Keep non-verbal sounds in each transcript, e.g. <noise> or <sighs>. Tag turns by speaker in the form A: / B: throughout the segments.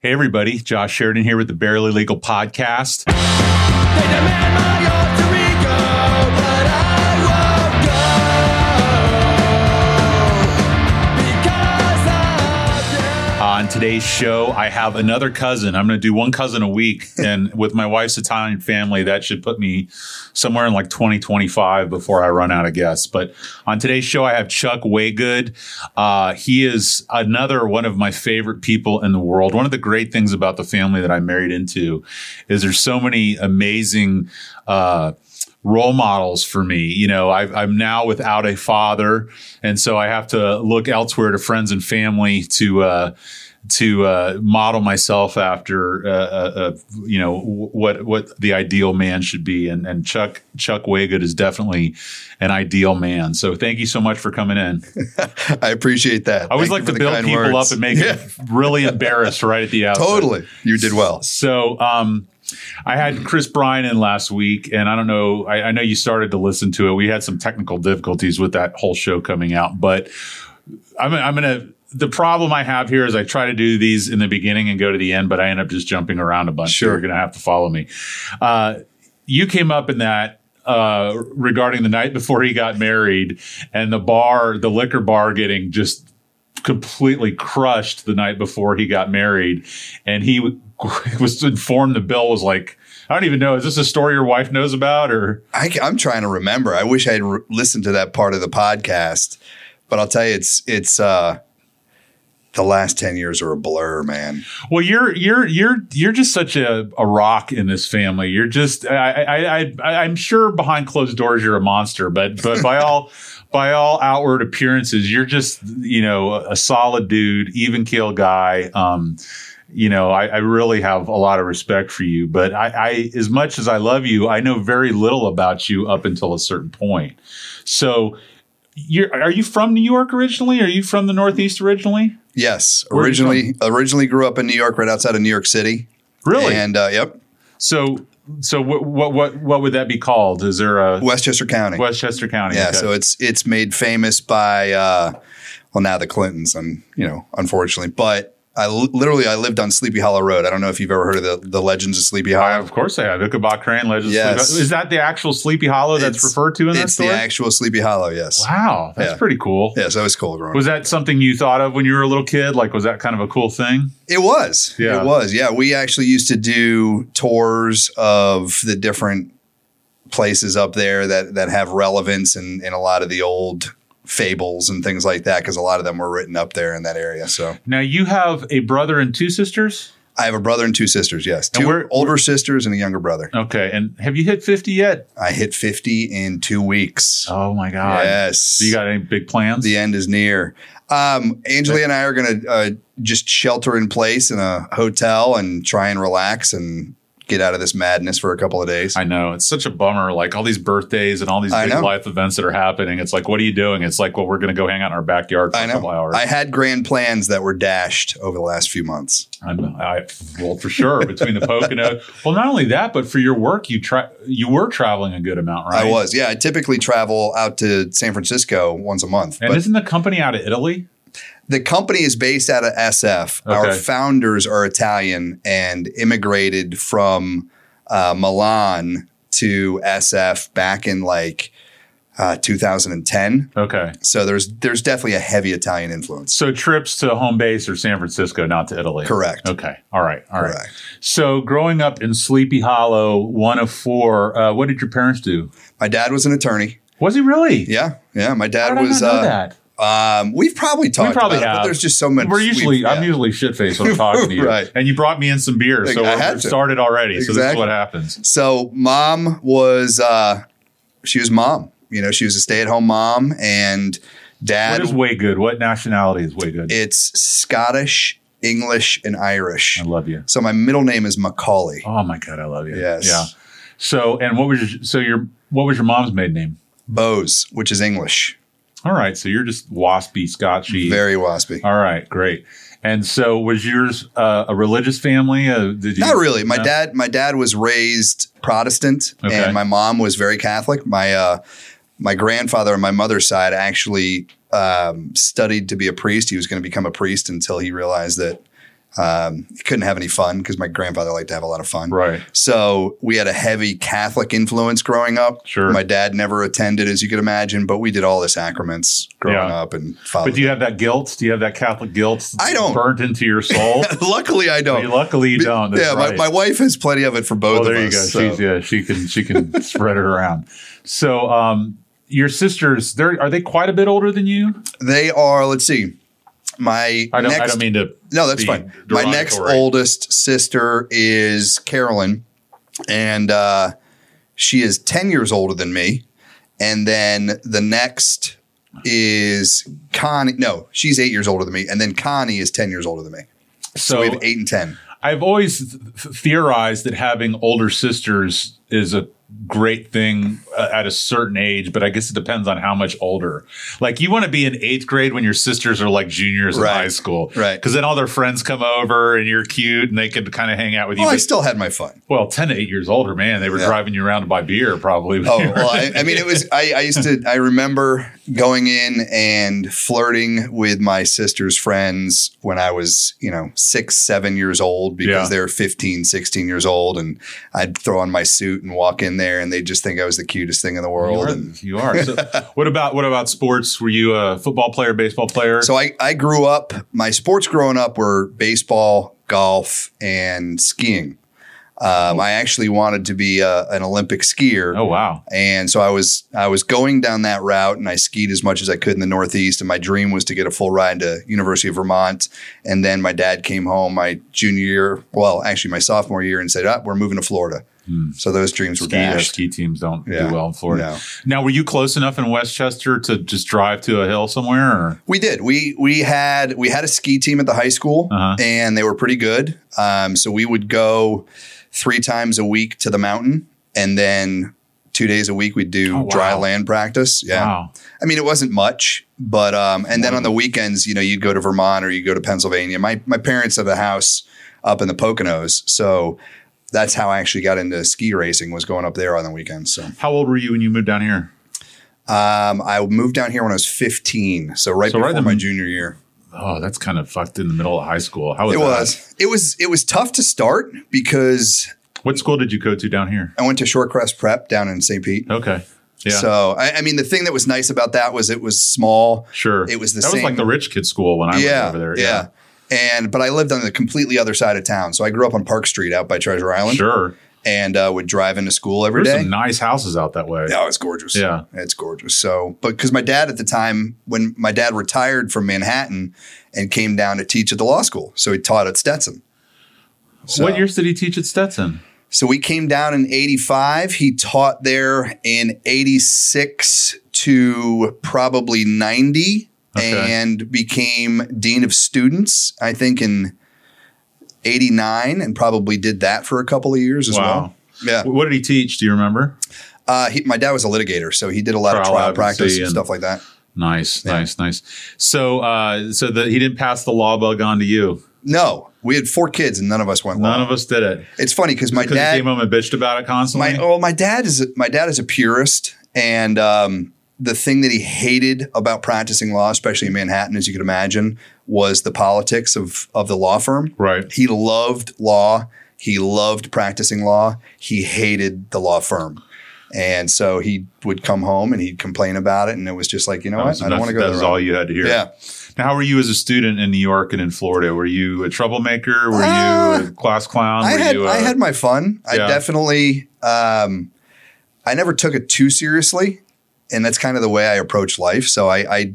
A: Hey, everybody. Josh Sheridan here with the Barely Legal Podcast.
B: They demand my alter ego, but I won't go because of you.
A: On Uh, today's show, I have another cousin. I'm going to do one cousin a week. and with my wife's Italian family, that should put me somewhere in like 2025 before I run out of guests. But on today's show, I have Chuck Waygood. Uh, he is another one of my favorite people in the world. One of the great things about the family that I married into is there's so many amazing, uh, role models for me. You know, I've, I'm now without a father, and so I have to look elsewhere to friends and family to uh, to uh, model myself after. Uh, uh, uh, you know w- what what the ideal man should be, and and Chuck Chuck Waygood is definitely an ideal man. So thank you so much for coming in.
C: I appreciate that.
A: I always like to build people up and make
C: yeah,
A: them really embarrassed right at the outset.
C: totally. You did well.
A: So, um, I had Chris Bryan in last week, and I don't know. I, I know you started to listen to it. We had some technical difficulties with that whole show coming out, but I'm, I'm gonna. The problem I have here is I try to do these in the beginning and go to the end, but I end up just jumping around a bunch.
C: Sure.
A: You're gonna have to follow me. Uh, you came up in that uh, regarding the night before he got married and the bar, the liquor bar, getting just completely crushed the night before he got married, and he <laughs> w- was informed the bill was like, I don't even know. Is this a story your wife knows about, or
C: I, am trying to remember. I wish I had re- listened to that part of the podcast, but I'll tell you, it's it's uh, the last ten years are a blur, man.
A: Well, you're you're you're you're just such a, a rock in this family. You're just I, I I I- I'm sure behind closed doors you're a monster, but but by all by all outward appearances, you're just you know a solid dude, even keel guy. Um, you know, I, I really have a lot of respect for you, but I, I as much as I love you, I know very little about you up until a certain point. So. You're, are you from New York originally? Are you from the Northeast originally?
C: Yes,
A: are you
C: originally originally grew up in New York, right outside of New York City.
A: Really?
C: And uh, yep,
A: So, so what, what, what, what would that be called? Is there a
C: Westchester County.
A: Westchester County?
C: yeah,
A: Okay.
C: so it's it's made famous by uh, well now the Clintons, and you know, unfortunately, but. I li- literally I lived on Sleepy Hollow Road. I don't know if you've ever heard of the, the Legends of Sleepy
A: I,
C: Hollow.
A: of course they have. Ichabod Crane Legends.
C: Yes.
A: Is that the actual Sleepy Hollow that's
C: It's-
A: referred to in that
C: It's
A: story?
C: the actual Sleepy Hollow, yes.
A: wow, that's
C: Yeah.
A: pretty cool.
C: Yeah, so it was cool growing
A: Was that something you thought of when you were a little kid? Like, was that kind of a cool thing?
C: It was.
A: Yeah.
C: It was. Yeah. We actually used to do tours of the different places up there that, that have relevance in, in a lot of the old fables and things like that, because a lot of them were written up there in that area. So
A: Now you have a brother and two sisters.
C: I have a brother and two sisters. Yes.
A: And
C: Two
A: where-
C: older sisters and a younger brother.
A: Okay, and have you hit fifty yet?
C: I hit 50 in two weeks.
A: Oh my God!
C: yes.
A: Do you got any big plans?
C: the end is near. Um, Angela and I are going to uh, just shelter in place in a hotel and try and relax and get out of this madness for a couple of days.
A: I know it's such a bummer. Like all these birthdays and all these
C: I
A: big
C: know.
A: life events that are happening. It's like, what are you doing? It's like, well, we're going to go hang out in our backyard for
C: I
A: a couple
C: know.
A: hours.
C: I had grand plans that were dashed over the last few months.
A: I'm, I well for sure between the
C: <laughs>
A: Pocono. Well, not only that, but for your work, you tra- you were traveling a good amount, right?
C: I was, yeah. I typically travel out to San Francisco once a month,
A: And
C: but
A: isn't the company out of Italy?
C: the company is based out of SF. Our
A: Okay.
C: founders are Italian and immigrated from uh, Milan to SF back in like uh, 2010.
A: Okay,
C: So there's there's definitely a heavy Italian influence.
A: so trips to home base or San Francisco, not to Italy.
C: Correct.
A: Okay. All right. All right.
C: Correct.
A: So growing up in Sleepy Hollow, one of four. Uh, what did your parents do?
C: My dad was an attorney.
A: Was he really?
C: Yeah, yeah. My dad
A: How did
C: was.
A: I not know
C: uh,
A: that?
C: Um, we've probably talked
A: probably
C: about it, but
A: have.
C: there's just so much.
A: We're usually
C: we've-
A: I'm
C: yeah.
A: usually shit faced when I'm talking
C: <laughs>
A: to you.
C: Right.
A: And you brought me in some beer,
C: Like,
A: so
C: I
A: we're,
C: had
A: we're
C: to.
A: started already. So this is
C: Exactly.
A: what happens.
C: So mom was uh, she was mom. You know, she was a stay at home mom, and
A: What
C: dad.
A: is way good? What nationality is way good?
C: it's Scottish, English, and Irish.
A: I love you.
C: So my middle name is Macaulay.
A: Oh my god, I love you.
C: Yes.
A: Yeah. So and what was your so your what was your mom's maiden name?
C: Bose, which is English.
A: All right. So you're just waspy, Scotchy.
C: Very waspy.
A: All right, great. And so was yours uh, a religious family? Uh, did you,
C: Not really. My
A: No?
C: dad, my dad was raised Protestant,
A: Okay.
C: and my mom was very Catholic. My uh, my grandfather on my mother's side actually um, studied to be a priest. He was going to become a priest until he realized that Um, couldn't have any fun because my grandfather liked to have a lot of fun.
A: Right.
C: So we had a heavy Catholic influence growing up.
A: Sure.
C: My dad never attended, as you could imagine, but we did all the sacraments growing
A: Yeah.
C: up and followed.
A: But do you have that guilt? Do you have that Catholic guilt?
C: I don't.
A: Burnt into your soul.
C: Luckily, <laughs> I
A: I
C: don't.
A: mean, luckily, you
C: Be-
A: don't. That's
C: yeah,
A: right.
C: my, my wife has plenty of it for both
A: Oh, there
C: of
A: you
C: us.
A: go.
C: so-
A: She's yeah, she can she
C: <laughs>
A: can spread it around. So, um, your sisters, they're are they quite a bit older than you?
C: They are. Let's see.
A: I
C: My
A: don't.
C: next,
A: I don't mean to.
C: no, that's
A: be
C: fine. My next
A: derogatory.
C: oldest sister is Carolyn, and uh, she is ten years older than me. And then the next is Connie. No, she's eight years older than me. And then Connie is ten years older than me. So,
A: So
C: we have eight and ten.
A: I've always th- th- theorized that having older sisters is a great thing uh, at a certain age, but I guess it depends on how much older. Like you want to be in eighth grade when your sisters are like juniors
C: Right.
A: in high school,
C: Right.
A: Because then all their friends come over and you're cute and they could kind of hang out with you.
C: Well, I
A: But-
C: still had my fun.
A: well, ten to eight years older, man, they were
C: Yeah.
A: driving you around to buy beer probably. <laughs> when
C: <laughs> Oh
A: you were-
C: well, I, I mean, it was. I, I used to. I remember going in and flirting with my sister's friends when I was, you know, six, seven years old because
A: Yeah.
C: they were 15, 16 years old, and I'd throw on my suit and walk in there, and they'd just think I was the cutest thing in the
A: You
C: world.
A: are.
C: And
A: You are.
C: <laughs>
A: So what about what about sports? Were you a football player, baseball player?
C: so I, I grew up. My sports growing up were baseball, golf, and skiing. Um, I actually wanted to be a, an Olympic skier.
A: oh wow.
C: And so I was I was going down that route, and I skied as much as I could in the Northeast. And my dream was to get a full ride to University of Vermont. And then my dad came home my junior year, well, actually my sophomore year, and said, "Ah, "We're moving to Florida."
A: Hmm.
C: So those dreams were
A: Ski, yeah,
C: dashed.
A: ski teams don't
C: Yeah.
A: do well in Florida.
C: No.
A: Now, were you close enough in Westchester to just drive to a hill somewhere? Or?
C: We did. We we had we had a ski team at the high school,
A: Uh-huh.
C: and they were pretty good. Um, so we would go three times a week to the mountain, and then two days a week we'd do
A: Oh, wow.
C: dry land practice. Yeah.
A: Wow.
C: I mean, it wasn't much, but um, and then on the weekends, you know, you'd go to Vermont or you go to Pennsylvania. My my parents have a house up in the Poconos, so that's how I actually got into ski racing was going up there on the weekends. So
A: How old were you when you moved down here?
C: um, I moved down here when I was 15, so right
A: So right
C: before
A: in-
C: my junior year.
A: Oh, that's kind of fucked in the middle of high school. How was
C: It
A: that?
C: was it was it was tough to start because
A: What school did you go to down here?
C: I went to Shorecrest Prep down in St. Pete.
A: Okay. Yeah.
C: So I, I mean, the thing that was nice about that was it was small.
A: sure.
C: it was the
A: that was like
C: same-
A: the rich kid school when I
C: yeah,
A: was over there.
C: yeah. And but I lived on the completely other side of town, so I grew up on Park Street out by Treasure Island,
A: Sure.
C: and uh, would drive into school every
A: There's
C: day.
A: some nice houses out that way.
C: Oh, it's gorgeous.
A: Yeah.
C: It's gorgeous. So, but because my dad at the time, when my dad retired from Manhattan and came down to teach at the law school, so he taught at Stetson. So-
A: What years did he teach at Stetson?
C: So we came down in 85. He taught there in 86 to probably 90
A: Okay.
C: and became Dean of Students, I think, in 89 and probably did that for a couple of years as
A: Wow.
C: well. Yeah.
A: What did he teach? Do you remember?
C: Uh, he, my dad was a litigator, so he did a lot of
A: Trial
C: trial
A: advocacy
C: practice and
A: and-
C: stuff like that.
A: Nice,
C: Yeah.
A: nice, nice. So, uh, so that he didn't pass the law bug on to you.
C: No, we had four kids and none of us went
A: None
C: long.
A: of us did it
C: it's funny because my
A: because he
C: dad
A: came home and bitched about it constantly.
C: My well, my dad is my dad is a purist, and um, the thing that he hated about practicing law, especially in Manhattan, as you can imagine, was the politics of of the law firm.
A: right.
C: He loved law. He loved practicing law. He hated the law firm. And so he would come home and he'd complain about it. And it was just like, you know
A: That
C: what?
A: was,
C: I don't
A: that's-
C: want to go
A: that
C: there.
A: was all you had to hear.
C: Yeah.
A: Now, how were you as a student in New York and in Florida? Were you a troublemaker? Were you
C: Uh,
A: a class clown?
C: I
A: were
C: had
A: you a-
C: I had my fun. I
A: Yeah.
C: definitely um, I never took it too seriously, and that's kind of the way I approach life. So I I,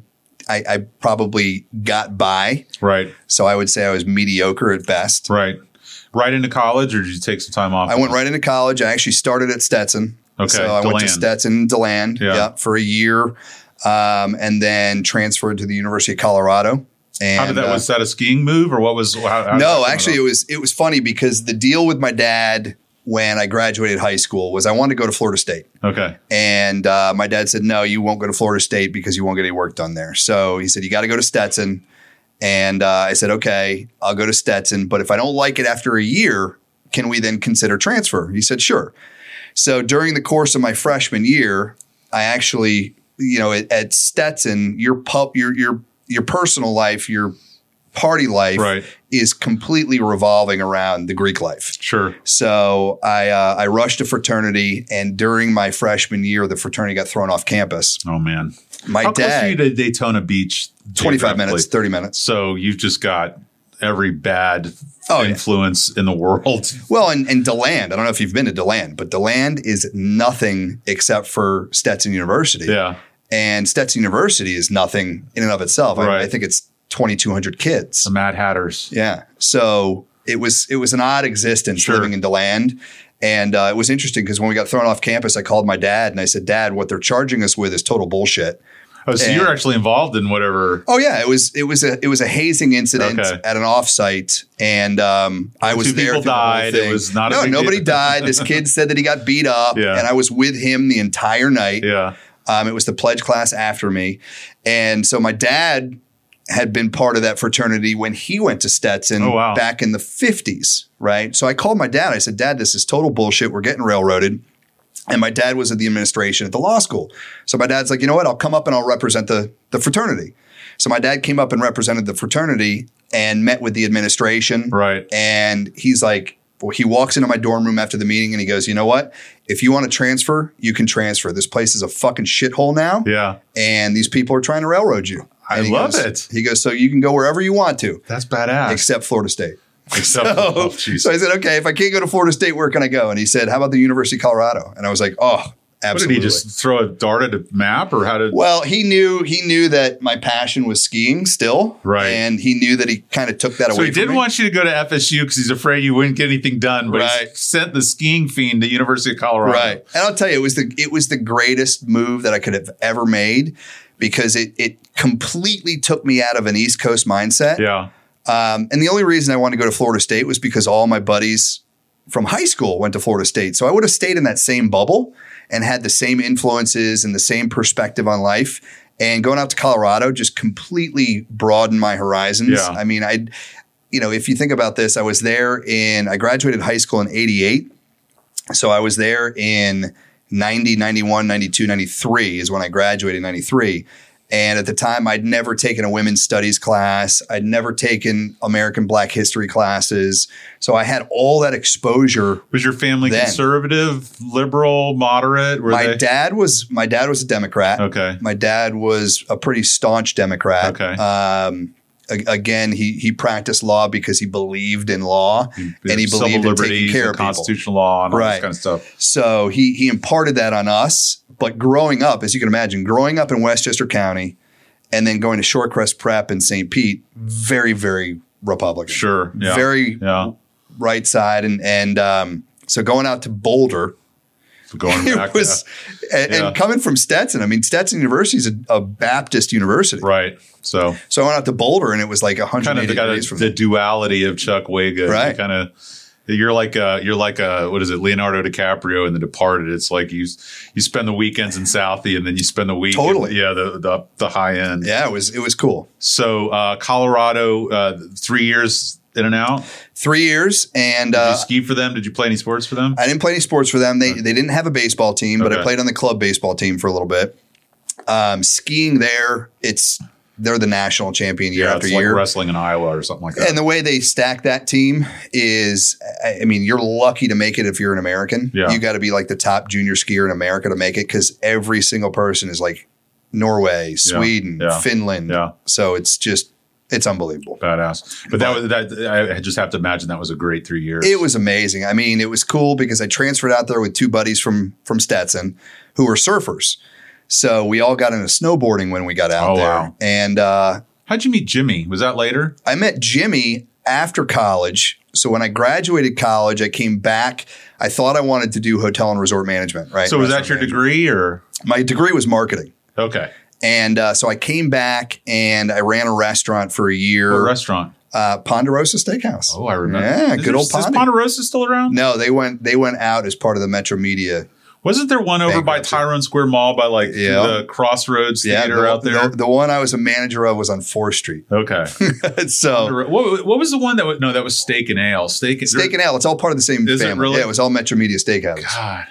C: I, I probably got by.
A: right,
C: So I would say I was mediocre at best.
A: right, right into college, or did you take some time off?
C: I went right into college. I actually started at Stetson.
A: Okay,
C: so I went to
A: Deland.
C: Stetson Deland.
A: Yeah.
C: yep, for a year, um, and then transferred to the University of Colorado. And
A: How did that?
C: uh,
A: was that a skiing move, or what was? How, how did that
C: no,
A: come
C: actually, it
A: about?
C: was it was funny because the deal with my dad when I graduated high school was I wanted to go to Florida State.
A: okay.
C: And uh, my dad said, no, you won't go to Florida State because you won't get any work done there. So he said, you got to go to Stetson. And uh, I said, okay, I'll go to Stetson. But if I don't like it after a year, can we then consider transfer? He said, sure. So during the course of my freshman year, I actually, you know, at, at Stetson, your pub, your your your personal life, your party life
A: Right.
C: is completely revolving around the Greek life.
A: Sure.
C: So I uh, I rushed a fraternity, and during my freshman year, the fraternity got thrown off campus.
A: Oh man.
C: My
A: How close are you
C: dad,
A: to Daytona Beach?
C: twenty five
A: geographically?
C: minutes, thirty minutes.
A: So you've just got every bad
C: Oh, yeah.
A: influence in the
C: <laughs>
A: world.
C: Well, and, and Deland, I don't know if you've been to Deland, but Deland is nothing except for Stetson University.
A: Yeah.
C: And Stetson University is nothing in and of itself. I- I,
A: Right.
C: think it's 2,200 kids.
A: The Mad Hatters.
C: Yeah. So it was it was an odd existence
A: Sure.
C: living in Deland. And uh, it was interesting because when we got thrown off campus, I called my dad and I said, Dad, what they're charging us with is total bullshit.
A: Oh, so
C: And-
A: you're actually involved in whatever.
C: Oh yeah, it was it was a it was a hazing incident
A: Okay.
C: at an offsite, and um, I was
A: Two
C: there.
A: people
C: through the whole
A: died. It
C: thing.
A: was not a
C: no
A: big
C: nobody
A: deal.
C: died. This kid said that he got beat
A: <laughs>
C: up,
A: Yeah.
C: and I was with him the entire night.
A: Yeah.
C: Um, it was the pledge class after me, and so my dad had been part of that fraternity when he went to Stetson
A: Oh, wow.
C: back in the fifties, right? So I called my dad. I said, "Dad, this is total bullshit. We're getting railroaded." And my dad was in the administration at the law school. So my dad's like, you know what? I'll come up and I'll represent the, the fraternity. So my dad came up and represented the fraternity and met with the administration.
A: Right.
C: And he's like, well, he walks into my dorm room after the meeting and he goes, you know what? If you want to transfer, you can transfer. This place is a fucking shithole now.
A: Yeah.
C: And these people are trying to railroad you.
A: I
C: And he
A: love
C: goes-
A: it.
C: He goes, so you can go wherever you want to,
A: That's badass.
C: except Florida State.
A: <laughs> Except, oh, jeez.
C: So I said, okay, if I can't go to Florida State, where can I go? And he said, how about the University of Colorado? And I was like, oh,
A: What did
C: absolutely.
A: he just throw a dart at a map or how did?
C: well, he knew he knew that my passion was skiing still,
A: Right.
C: And he knew that he kind of took that
A: so
C: away.
A: he
C: from
A: didn't
C: me.
A: want you to go to FSU because he's afraid you wouldn't get anything done. But he
C: Right.
A: sent the skiing fiend to University of Colorado.
C: right. And I'll tell you, it was the it was the greatest move that I could have ever made because it it completely took me out of an East Coast mindset.
A: Yeah.
C: Um, and the only reason I wanted to go to Florida State was because all my buddies from high school went to Florida State. So I would have stayed in that same bubble and had the same influences and the same perspective on life. And going out to Colorado just completely broadened my horizons.
A: Yeah.
C: I mean, I, you know, if you think about this, I was there in, I graduated high school in 88. So I was there in 90, 91, 92, 93 is when I graduated in 93. And at the time, I'd never taken a women's studies class. I'd never taken American Black history classes. So I had all that exposure.
A: Was your family
C: Then.
A: conservative, liberal, moderate? Were
C: my
A: they?
C: dad was my dad was a Democrat.
A: Okay.
C: My dad was a pretty staunch Democrat.
A: Okay.
C: Um, a- again, he he practiced law because he believed in law and he
A: Civil
C: believed in taking
A: liberties
C: care
A: and
C: of people.
A: constitutional law and all
C: Right.
A: this kind of stuff.
C: So he he imparted that on us. But growing up, as you can imagine, growing up in Westchester County and then going to Shorecrest Prep in St. Pete, very, very Republican.
A: Sure. Yeah.
C: Very
A: Yeah.
C: right side. And and um, so going out to Boulder, <laughs>
A: Going back.
C: it was and,
A: Yeah.
C: and coming from Stetson, I mean Stetson University is a, a Baptist university.
A: yeah. Right. So
C: So I went out to Boulder and it was like 180
A: kind of got
C: degrees
A: a,
C: from
A: the duality of Chuck Waga.
C: Right.
A: Kind of. You're like a, you're like a, what is it, Leonardo DiCaprio in The Departed? It's like you you spend the weekends in Southie and then you spend the week in,
C: Totally.
A: yeah, the, the the high end.
C: Yeah, it was it was cool.
A: So uh, Colorado, uh, three years in and out.
C: Three years and
A: Did
C: uh,
A: you ski for them? Did you play any sports for them?
C: I didn't play any sports for them. They they didn't have a baseball team, but I
A: Okay.
C: played on the club baseball team for a little bit. Um, skiing there, it's they're the national champion year
A: yeah,
C: after
A: it's like
C: year.
A: wrestling in Iowa or something like that.
C: and the way they stack that team is, I I mean, you're lucky to make it if you're an American.
A: Yeah.
C: You got to be like the top junior skier in America to make it because every single person is like Norway, Sweden,
A: Yeah.
C: Finland.
A: Yeah.
C: So it's just, it's unbelievable.
A: Badass. But that was that. I just have to imagine that was a great three years.
C: It was amazing. I mean, it was cool because I transferred out there with two buddies from from Stetson who were surfers. So we all got into snowboarding when we got out
A: Oh,
C: there.
A: wow.
C: And uh,
A: How'd you meet Jimmy? Was that later?
C: I met Jimmy after college. So when I graduated college, I came back. I thought I wanted to do hotel and resort management, right?
A: So was that your
C: Restaurant
A: degree or?
C: management. My degree was marketing.
A: Okay.
C: And uh, so I came back and I ran a restaurant for a
A: What
C: year,
A: restaurant?
C: uh, Ponderosa Steakhouse.
A: Oh, I remember.
C: Yeah,
A: Is
C: good
A: there-
C: old
A: Is
C: Pondy.
A: Ponderosa still around?
C: No, they went they went out as part of the Metro Media
A: Wasn't there one over by
C: Bankruptcy.
A: Tyrone Square Mall by like
C: Yeah.
A: the Crossroads Theater
C: the,
A: out there?
C: The, the one I was a manager of was on Fourth Street. <laughs>
A: okay.
C: so
A: what, what was the one that was? No, that was Steak and Ale. Steak and
C: Steak and Ale, it's all part of the same
A: Is it
C: family.
A: really?
C: Yeah, it was all Metro Media Steakhouse.
A: God.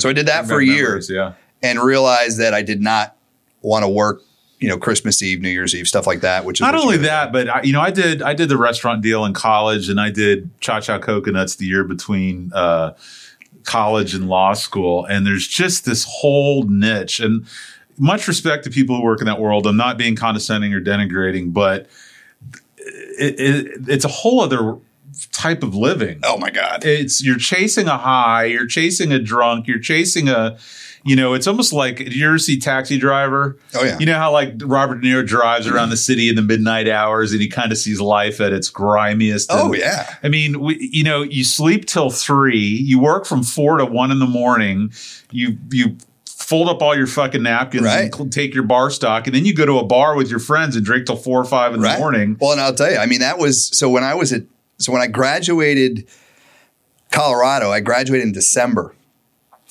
C: So I did that for
A: Bad
C: a year
A: memories, Yeah.
C: and realized that I did not want to work you know Christmas Eve, New Year's Eve, stuff like that. Which is
A: Not
C: what
A: only
C: you're-
A: that, but I, you know, I did I did the restaurant deal in college, and I did Cha Cha Coconuts the year between uh, college and law school. And there's just this whole niche, and much respect to people who work in that world. I'm not being condescending or denigrating, but it, it, it's a whole other type of living
C: Oh my God!
A: it's you're chasing a high, you're chasing a drunk, you're chasing a, you know, it's almost like do you ever see Taxi Driver?
C: Oh, yeah.
A: You know how like Robert De Niro drives around the city in the midnight hours and he kind of sees life at its grimiest.
C: oh
A: and-
C: yeah,
A: I mean, we, you know, you sleep till three, you work from four to one in the morning, you you fold up all your fucking napkins
C: Right.
A: and cl- take your bar stock, and then you go to a bar with your friends and drink till four or five in the morning.
C: Well, and I'll tell you, I mean, that was so when I was at so when I graduated Colorado, I graduated in December,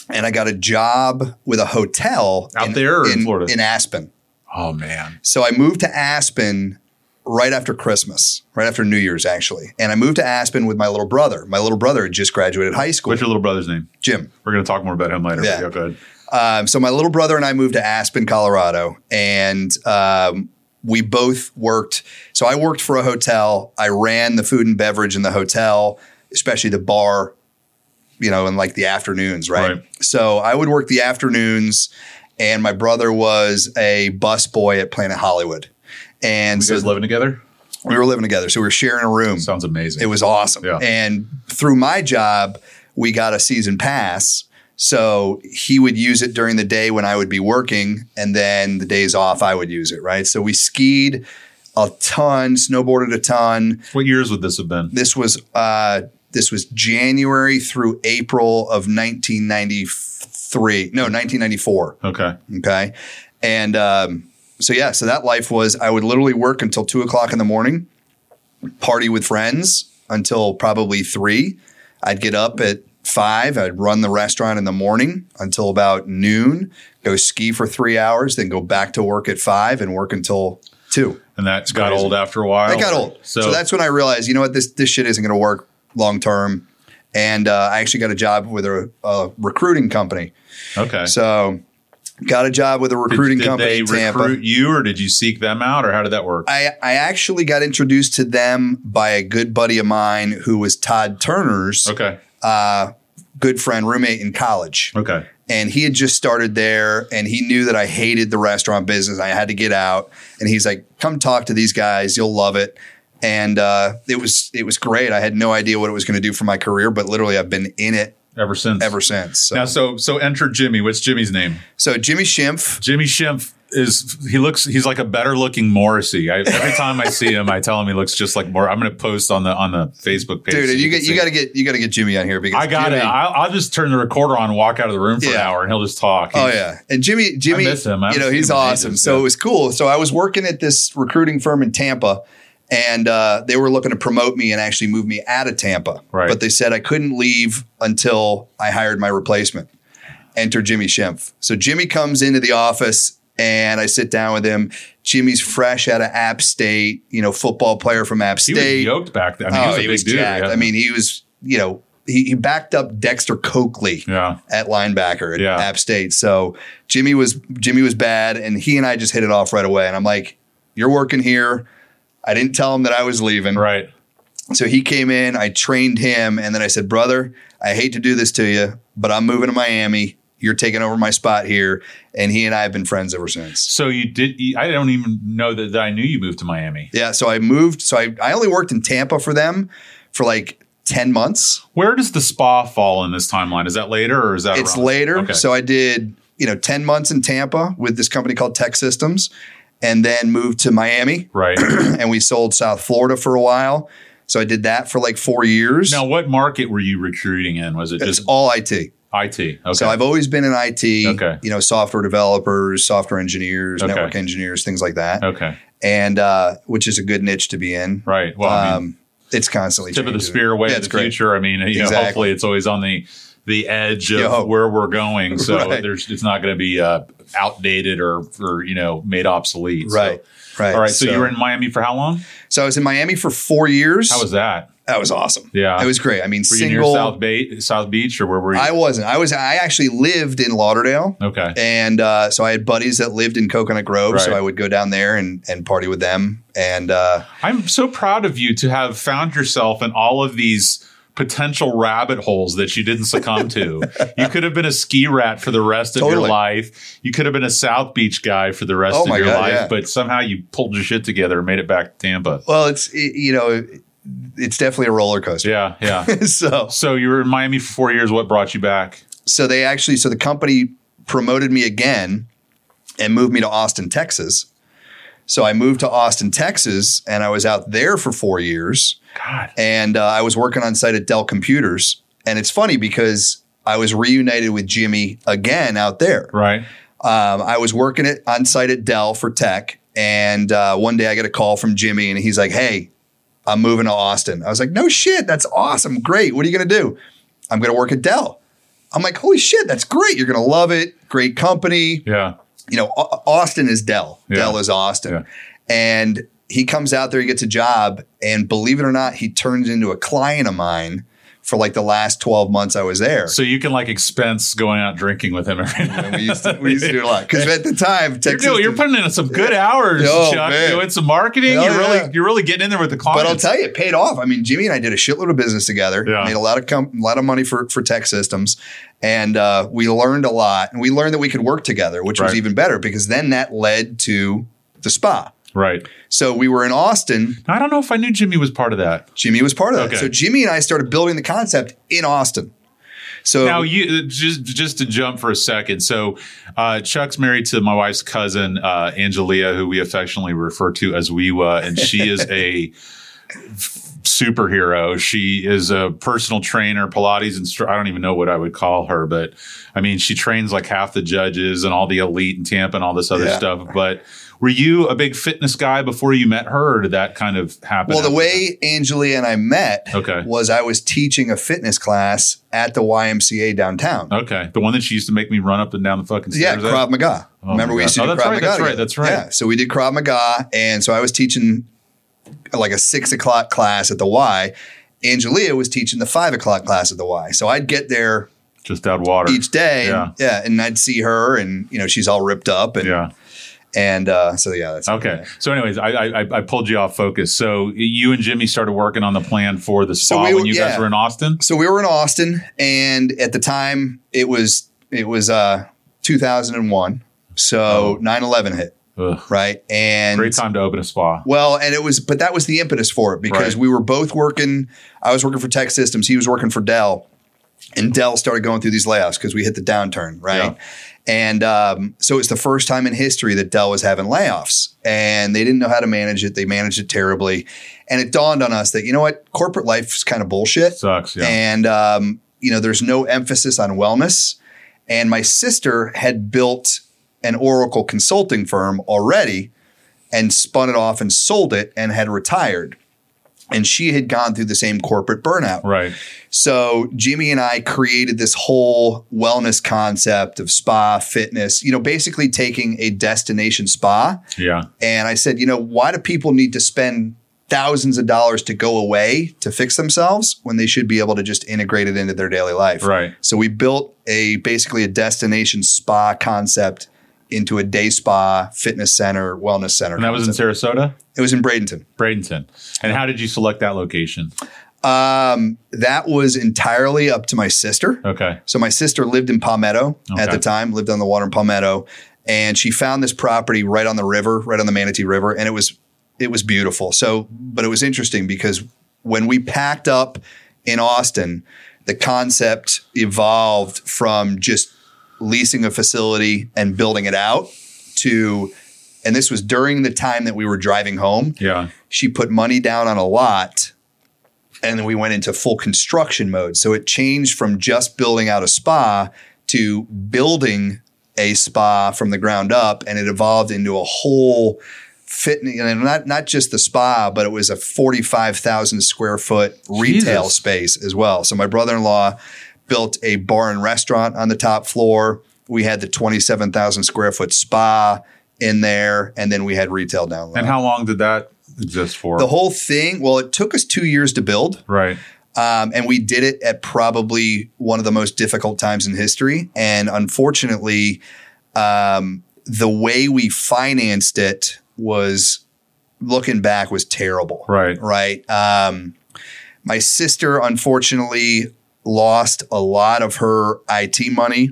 C: and I got a job with a hotel
A: Out there or in Florida?
C: in Aspen.
A: Oh man,
C: So I moved to Aspen right after Christmas, right after New Year's actually, and I moved to Aspen with my little brother. My little brother had just graduated high school.
A: what's your little brother's name?
C: Jim.
A: We're gonna talk more about him later. go
C: Yeah.
A: ahead.
C: Um, so my little brother and I moved to Aspen, Colorado, and um, we both worked. So I worked for a hotel. I ran the food and beverage in the hotel, especially the bar, you know, in like the afternoons, right?
A: Right.
C: So I would work the afternoons, and my brother was a busboy at Planet Hollywood, and
A: You guys
C: so
A: living together?
C: we were living together. So we were sharing a room.
A: Mm. Sounds amazing.
C: It was awesome.
A: Yeah.
C: And through my job, we got a season pass. So he would use it during the day when I would be working, and then the days off, I would use it. Right. So we skied a ton, snowboarded a ton.
A: What years would this have been?
C: This was uh, this was January through April of 1993. No, 1994.
A: Okay.
C: Okay. And um, so, yeah, so that life was I would literally work until two o'clock in the morning, party with friends until probably three. I'd get up at five, I'd run the restaurant in the morning until about noon, go ski for three hours, then go back to work at five and work until two.
A: And that got
C: crazy.
A: old after a while.
C: I got old. So,
A: Oh, So,
C: that's when I realized, you know what, this, this shit isn't going to work long term. And uh, I actually got a job with a, a recruiting company.
A: okay.
C: So, got a job with a
A: Did-
C: recruiting
A: did,
C: company
A: they
C: in Tampa.
A: recruit you, or did you seek them out, or how did that work?
C: I, I actually got introduced to them by a good buddy of mine who was Todd Turner's
A: okay.
C: uh, good friend, roommate in college.
A: Okay.
C: And he had just started there and he knew that I hated the restaurant business. I had to get out. And he's like, come talk to these guys. You'll love it. And uh, it was it was great. I had no idea what it was going to do for my career, but literally I've been in it
A: Ever since.
C: ever since. So,
A: Now, so so enter Jimmy. What's Jimmy's name?
C: so Jimmy Schimpf,
A: Jimmy Schimpf is he looks he's like a better looking Morrissey. I, every time I see him, I tell him he looks just like Mor. I'm going to post on the on the Facebook page.
C: dude,
A: so
C: you
A: can
C: get you
A: see.
C: got to get you got to get Jimmy on here because
A: I got it.
C: Jimmy-
A: I'll, I'll just turn the recorder on, and walk out of the room for an
C: Yeah.
A: hour, and he'll just talk.
C: Oh
A: He's-
C: yeah, and Jimmy, Jimmy,
A: miss him. I
C: you know
A: haven't
C: he's
A: seen him in
C: awesome.
A: ages,
C: so
A: yeah.
C: it was cool. So I was working at this recruiting firm in Tampa, and uh, they were looking to promote me and actually move me out of Tampa.
A: Right.
C: But they said I couldn't leave until I hired my replacement. Enter Jimmy Schimpf. So Jimmy comes into the office and I sit down with him. Jimmy's fresh out of App State, you know, football player from App
A: He was
C: State.
A: yoked back then. I mean,
C: oh,
A: he was a big dude.
C: jacked.
A: yeah.
C: I mean, he was, you know, he, he backed up Dexter Coakley
A: yeah.
C: at linebacker at
A: Yeah.
C: App State. So Jimmy was Jimmy was bad, and he and I just hit it off right away. And I'm like, "You're working here." I didn't tell him that I was leaving.
A: Right.
C: So he came in, I trained him, and then I said, "Brother, I hate to do this to you, but I'm moving to Miami. You're taking over my spot here." And he and I have been friends ever since.
A: So you did. You, I don't even know that, that I knew you moved to Miami.
C: Yeah. So I moved. So I I only worked in Tampa for them for like ten months.
A: Where does the spa fall in this timeline? Is that later or is that
C: it's
A: around-
C: later.
A: Okay.
C: So I did, you know, 10 months in Tampa with this company called Tech Systems and then moved to Miami <coughs>
A: right
C: <clears throat> and we sold South Florida for a while. So I did that for like four years.
A: now, what market were you recruiting in? Was it
C: it's
A: just
C: all IT.
A: IT? Okay.
C: So I've always been in IT,
A: Okay.
C: you know, software developers, software engineers,
A: Okay.
C: network engineers, things like that.
A: okay.
C: And uh, which is a good niche to be in.
A: Right. Well, I mean,
C: um, it's constantly
A: tip of the
C: changing.
A: spear, way
C: Yeah,
A: of
C: it's
A: the
C: great.
A: future. I mean, you know,
C: Exactly.
A: hopefully, it's always on the the edge of
C: Yo.
A: where we're going. So
C: <laughs> Right.
A: there's it's not going to be uh, outdated or or you know made obsolete. So-
C: Right. Right.
A: all right. So, you were in Miami for how long?
C: So I was in Miami for four years.
A: How was that?
C: That was awesome.
A: Yeah.
C: it was great. I mean,
A: Were you near
C: single.
A: South, Bay, South Beach or where were you?
C: I wasn't. I was. I actually lived in Lauderdale.
A: okay.
C: And uh, so I had buddies that lived in Coconut Grove, so
A: Right.
C: I would go down there and, and party with them. And uh,
A: I'm so proud of you to have found yourself in all of these potential rabbit holes that you didn't succumb to. You could have been a ski rat for the rest of your
C: Totally.
A: life. You could have been a South Beach guy for the rest
C: Oh
A: of
C: my
A: your
C: God,
A: life,
C: yeah.
A: but somehow you pulled your shit together and made it back to Tampa.
C: well, it's it, you know, it- it's definitely a roller coaster.
A: Yeah,
C: <laughs>
A: yeah.
C: so
A: so you were in Miami for four years. What brought you back?
C: so they actually so the company promoted me again and moved me to Austin, Texas. So I moved to Austin, Texas, and I was out there for four years.
A: God.
C: and uh, I was working on site at Dell Computers. And it's funny because I was reunited with Jimmy again out there.
A: Right.
C: Um, I was working it on site at Dell for tech, and uh, one day I get a call from Jimmy, and he's like, "Hey, I'm moving to Austin." I was like, "No shit, that's awesome, great. What are you gonna do?" I'm gonna work at Dell. I'm like, "Holy shit, that's great. You're gonna love it. Great company
A: Yeah.
C: you know, Au- Austin is Dell.
A: Yeah.
C: Dell is Austin.
A: Yeah.
C: And he comes out there, he gets a job, and believe it or not, he turns into a client of mine for like the last 12 months I was there.
A: So you can like expense going out drinking with him every night.
C: And we, used to, we used to do a lot because at the time,
A: You're,
C: Texas.
A: doing, you're
C: did-
A: putting in some good hours,
C: Oh,
A: Chuck.
C: man.
A: Doing some marketing.
C: Hell
A: you're
C: yeah.
A: really, you're really getting in there with the clients.
C: but I'll tell you, it paid off. I mean, Jimmy and I did a shitload of business together.
A: Yeah.
C: Made a lot of com- a lot of money for for tech systems, and uh, we learned a lot. And we learned that we could work together, which was
A: Right.
C: even better because then that led to the spa.
A: Right.
C: So we were in Austin
A: I don't know if I knew Jimmy was part of that.
C: Jimmy was part of that.
A: Okay.
C: So Jimmy and I started building the concept in Austin. So
A: Now, you uh, just just to jump for a second. So, uh, Chuck's married to my wife's cousin uh, Angelia, who we affectionately refer to as Weewa, and she
C: <laughs>
A: is a f- superhero. She is a personal trainer, Pilates instructor. I don't even know what I would call her, but I mean, she trains like half the judges and all the elite in Tampa and all this other
C: Yeah.
A: stuff. But were you a big fitness guy before you met her, or did that kind of happen?
C: well, the
A: after
C: way Angelia and I met
A: Okay.
C: was I was teaching a fitness class at the YMCA downtown.
A: that? Okay, the one that she used to make me run up and down the fucking
C: Yeah,
A: stairs. at?
C: Krav Maga.
A: Oh
C: Remember
A: my
C: we used to
A: God.
C: do
A: Oh, that's
C: Krav
A: right,
C: Maga.
A: that's right,
C: together.
A: that's right.
C: Yeah, so we did Krav Maga, and so I was teaching like a six o'clock class at the Y. Angelia was teaching the five o'clock class at the Y. So I'd get there
A: just out water.
C: each day,
A: Yeah.
C: and, yeah, and I'd see her, and you know she's all ripped up, and
A: yeah.
C: and uh, so yeah, that's
A: Okay. So, anyways, I, I I pulled you off focus. So you and Jimmy started working on the plan for the spa
C: we-
A: when you guys
C: yeah.
A: were in Austin.
C: so we were in Austin, and at the time it was it was uh 2001. So 9/11 hit,
A: Ugh.
C: right? And
A: Oh. Great time to open a spa.
C: well, and it was, but that was the impetus for it because
A: Right.
C: we were both working. I was working for Tech Systems, he was working for Dell, and Dell started going through these layoffs because we hit the downturn,
A: Yeah.
C: right? And um, so it's the first time in history that Dell was having layoffs, and they didn't know how to manage it. They managed it terribly, and it dawned on us that you know what, corporate life is kind of bullshit.
A: Sucks. Yeah.
C: And, um, you know, there's no emphasis on wellness. And my sister had built an Oracle consulting firm already and spun it off and sold it and had retired. And she had gone through the same corporate burnout.
A: right.
C: So Jimmy and I created this whole wellness concept of spa, fitness, you know, basically taking a destination spa.
A: Yeah.
C: And I said, you know, why do people need to spend thousands of dollars to go away to fix themselves when they should be able to just integrate it into their daily life?
A: Right.
C: So we built a basically a destination spa concept into a day spa, fitness center, wellness center.
A: And that was in
C: concept.
A: Sarasota,
C: it was in Bradenton.
A: Bradenton. And how did you select that location?
C: Um, that was entirely up to my sister.
A: Okay.
C: So my sister lived in Palmetto at
A: Okay.
C: the time, lived on the water in Palmetto, and she found this property right on the river, right on the Manatee River, and it was it was beautiful. So, but it was interesting because when we packed up in Austin, the concept evolved from just leasing a facility and building it out to and this was during the time that we were driving home
A: Yeah.
C: she put money down on a lot and then we went into full construction mode so it changed from just building out a spa to building a spa from the ground up and it evolved into a whole fitness and not not just the spa but it was a 45,000 square foot retail
A: Jesus.
C: space as well so my brother-in-law built a bar and restaurant on the top floor we had the 27,000 square foot spa in there and then we had retail down low.
A: And how long did that exists for.
C: The whole thing, well, it took us two years to build,
A: right.
C: um, and we did it at probably one of the most difficult times in history. And unfortunately, um, the way we financed it was, looking back, was terrible.
A: Right.
C: Right. Um, my sister, unfortunately, lost a lot of her IT money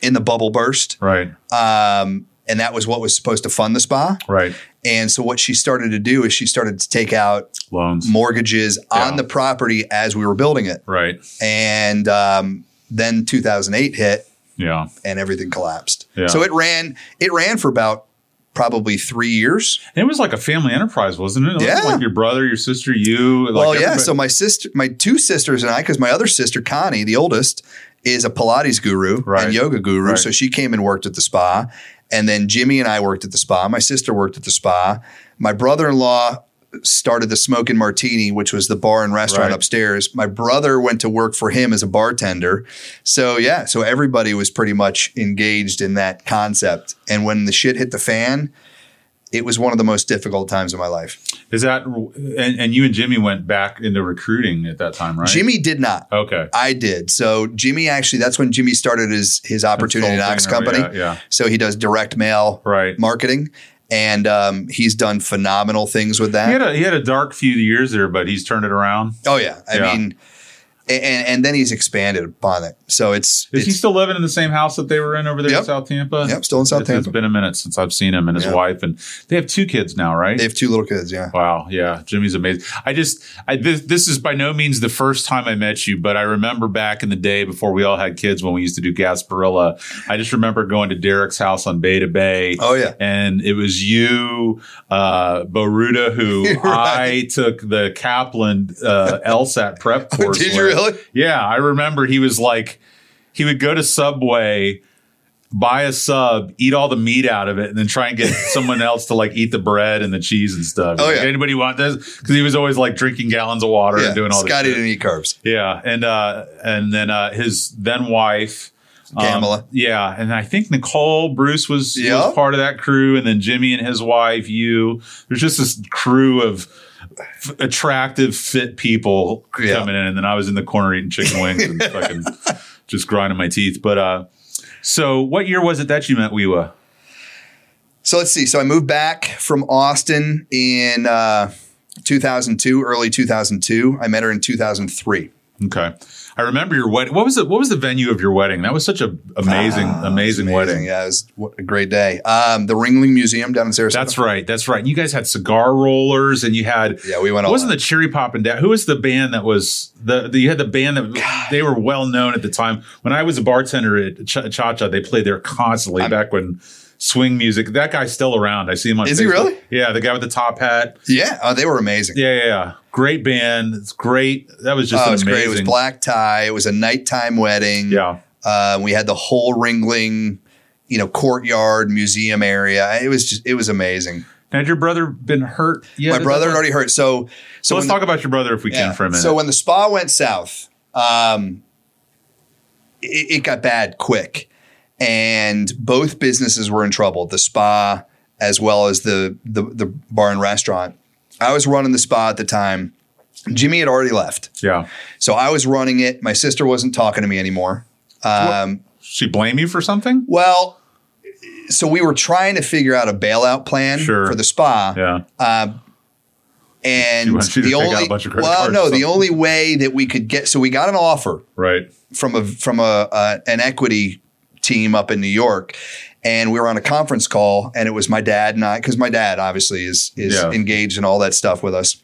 C: in the bubble burst.
A: Right.
C: Um, and that was what was supposed to fund the spa.
A: Right.
C: And so what she started to do is she started to take out
A: Loans.
C: mortgages
A: Yeah.
C: on the property as we were building it.
A: Right.
C: And um, then 2008 hit
A: Yeah.
C: and everything collapsed.
A: Yeah.
C: So it ran it ran for about probably 3 years.
A: And it was like a family enterprise, wasn't it? it
C: Yeah.
A: was like your brother, your sister, you. Like
C: well, yeah,
A: everybody-
C: so my sister my two sisters and I cuz my other sister Connie, the oldest, is a Pilates guru
A: Right.
C: and yoga guru,
A: Right.
C: so she came and worked at the spa. And then Jimmy and I worked at the spa. My sister worked at the spa. My brother-in-law started the Smoke and Martini, which was the bar and restaurant
A: Right.
C: upstairs. My brother went to work for him as a bartender. So yeah, so everybody was pretty much engaged in that concept. And when the shit hit the fan, it was one of the most difficult times of my life.
A: Is that and, and you and Jimmy went back into recruiting at that time, right?
C: Jimmy did not.
A: Okay.
C: I did. So Jimmy actually, that's when Jimmy started his his opportunity Knox
A: Consulting
C: company.
A: or- yeah, yeah.
C: So he does direct mail
A: Right.
C: marketing, and um, he's done phenomenal things with
A: He
C: that.
A: had a he had a dark few years there, but he's turned it around.
C: oh yeah, I
A: Yeah.
C: mean, a- and and then he's expanded upon it. So it's,
A: Is he
C: it's-
A: still living in the same house that they were in over there in
C: Yep.
A: South Tampa?
C: Yep, still in South
A: It's-
C: Tampa.
A: It's been a minute since I've seen him and his
C: Yeah.
A: wife, and they have two kids now, right?
C: they have two little kids. Yeah,
A: Wow. Yeah. Jimmy's amazing. I just, I, this, this is by no means the first time I met you, but I remember back in the day before we all had kids when we used to do Gasparilla. I just remember going to Derek's house on Beta Bay.
C: Oh, yeah.
A: And it was you, uh, Boruta,
C: <laughs>
A: who I took the Kaplan, uh, <laughs> LSAT prep course.
C: Did you
A: with.
C: really?
A: Yeah. I remember he was like, he would go to Subway, buy a sub, eat all the meat out of it, and then try
C: <laughs>
A: and get someone else to like eat the bread and the cheese and stuff.
C: Oh,
A: Like,
C: yeah.
A: Anybody want this? Because he was always like drinking gallons of water
C: yeah.
A: and doing all
C: Scotty
A: this. Shit.
C: didn't eat carbs.
A: Yeah, and uh, and then uh, his then wife. um,
C: Kamala.
A: yeah, and I think Nicole Bruce was, was
C: Yeah.
A: part of that crew, and then Jimmy and his wife. You, there's just this crew of f- attractive, fit people
C: Yeah.
A: coming in, and then I was in the corner eating chicken wings
C: <laughs>
A: and fucking just grinding my teeth. But uh, so, what year was it that you met Wewa?
C: So let's see. So I moved back from Austin in uh, 2002, early 2002. I met her in 2003.
A: Okay, I remember your wedding. What was it? What was the venue of your wedding? That was such a amazing, amazing wedding.
C: Ah, Uh, Yeah, it was what a great day. Um, the Ringling Museum down in Sarasota.
A: That's right. That's right. And you guys had cigar rollers, and you had
C: Yeah, we went all
A: Wasn't
C: out.
A: the Cherry Pop and Dad? Who was the band that was the, the you had the band that they were well known at the time. When I was a bartender at Cha Cha, Cha, they played there constantly back when swing music. That guy's still around. I see him on.
C: Is he
A: Facebook.
C: really?
A: Yeah, the guy with the top hat.
C: yeah, oh, they were amazing.
A: Yeah, yeah, yeah. Great band. It's great. That was just
C: oh, it
A: an
C: was
A: amazing.
C: great. It was black tie. It was a nighttime wedding.
A: Yeah.
C: Uh, we had the whole Ringling, you know, courtyard museum area. It was just, it was amazing.
A: Now, had your brother been hurt? Yeah,
C: My brother had already hurt. So,
A: So
C: so
A: let's
C: when-
A: talk about your brother if we can for a minute.
C: So when the spa went south, um, it, it got bad quick, and both businesses were in trouble. The spa as well as the, the the bar and restaurant. I was running the spa at the time. Jimmy had already left,
A: yeah.
C: so I was running it. My sister wasn't talking to me anymore. Um,
A: She blame you for something?
C: well, so we were trying to figure out a bailout plan
A: Sure.
C: for the spa.
A: Yeah. She
C: And
A: wants you to
C: the
A: take out
C: only
A: a bunch of credit
C: well,
A: cards
C: no,
A: or
C: the
A: something.
C: only way that we could get so we got an offer
A: right.
C: from a from a uh, an equity team up in New York, and we were on a conference call, and it was my dad and I because my dad obviously is is
A: Yeah.
C: engaged in all that stuff with us.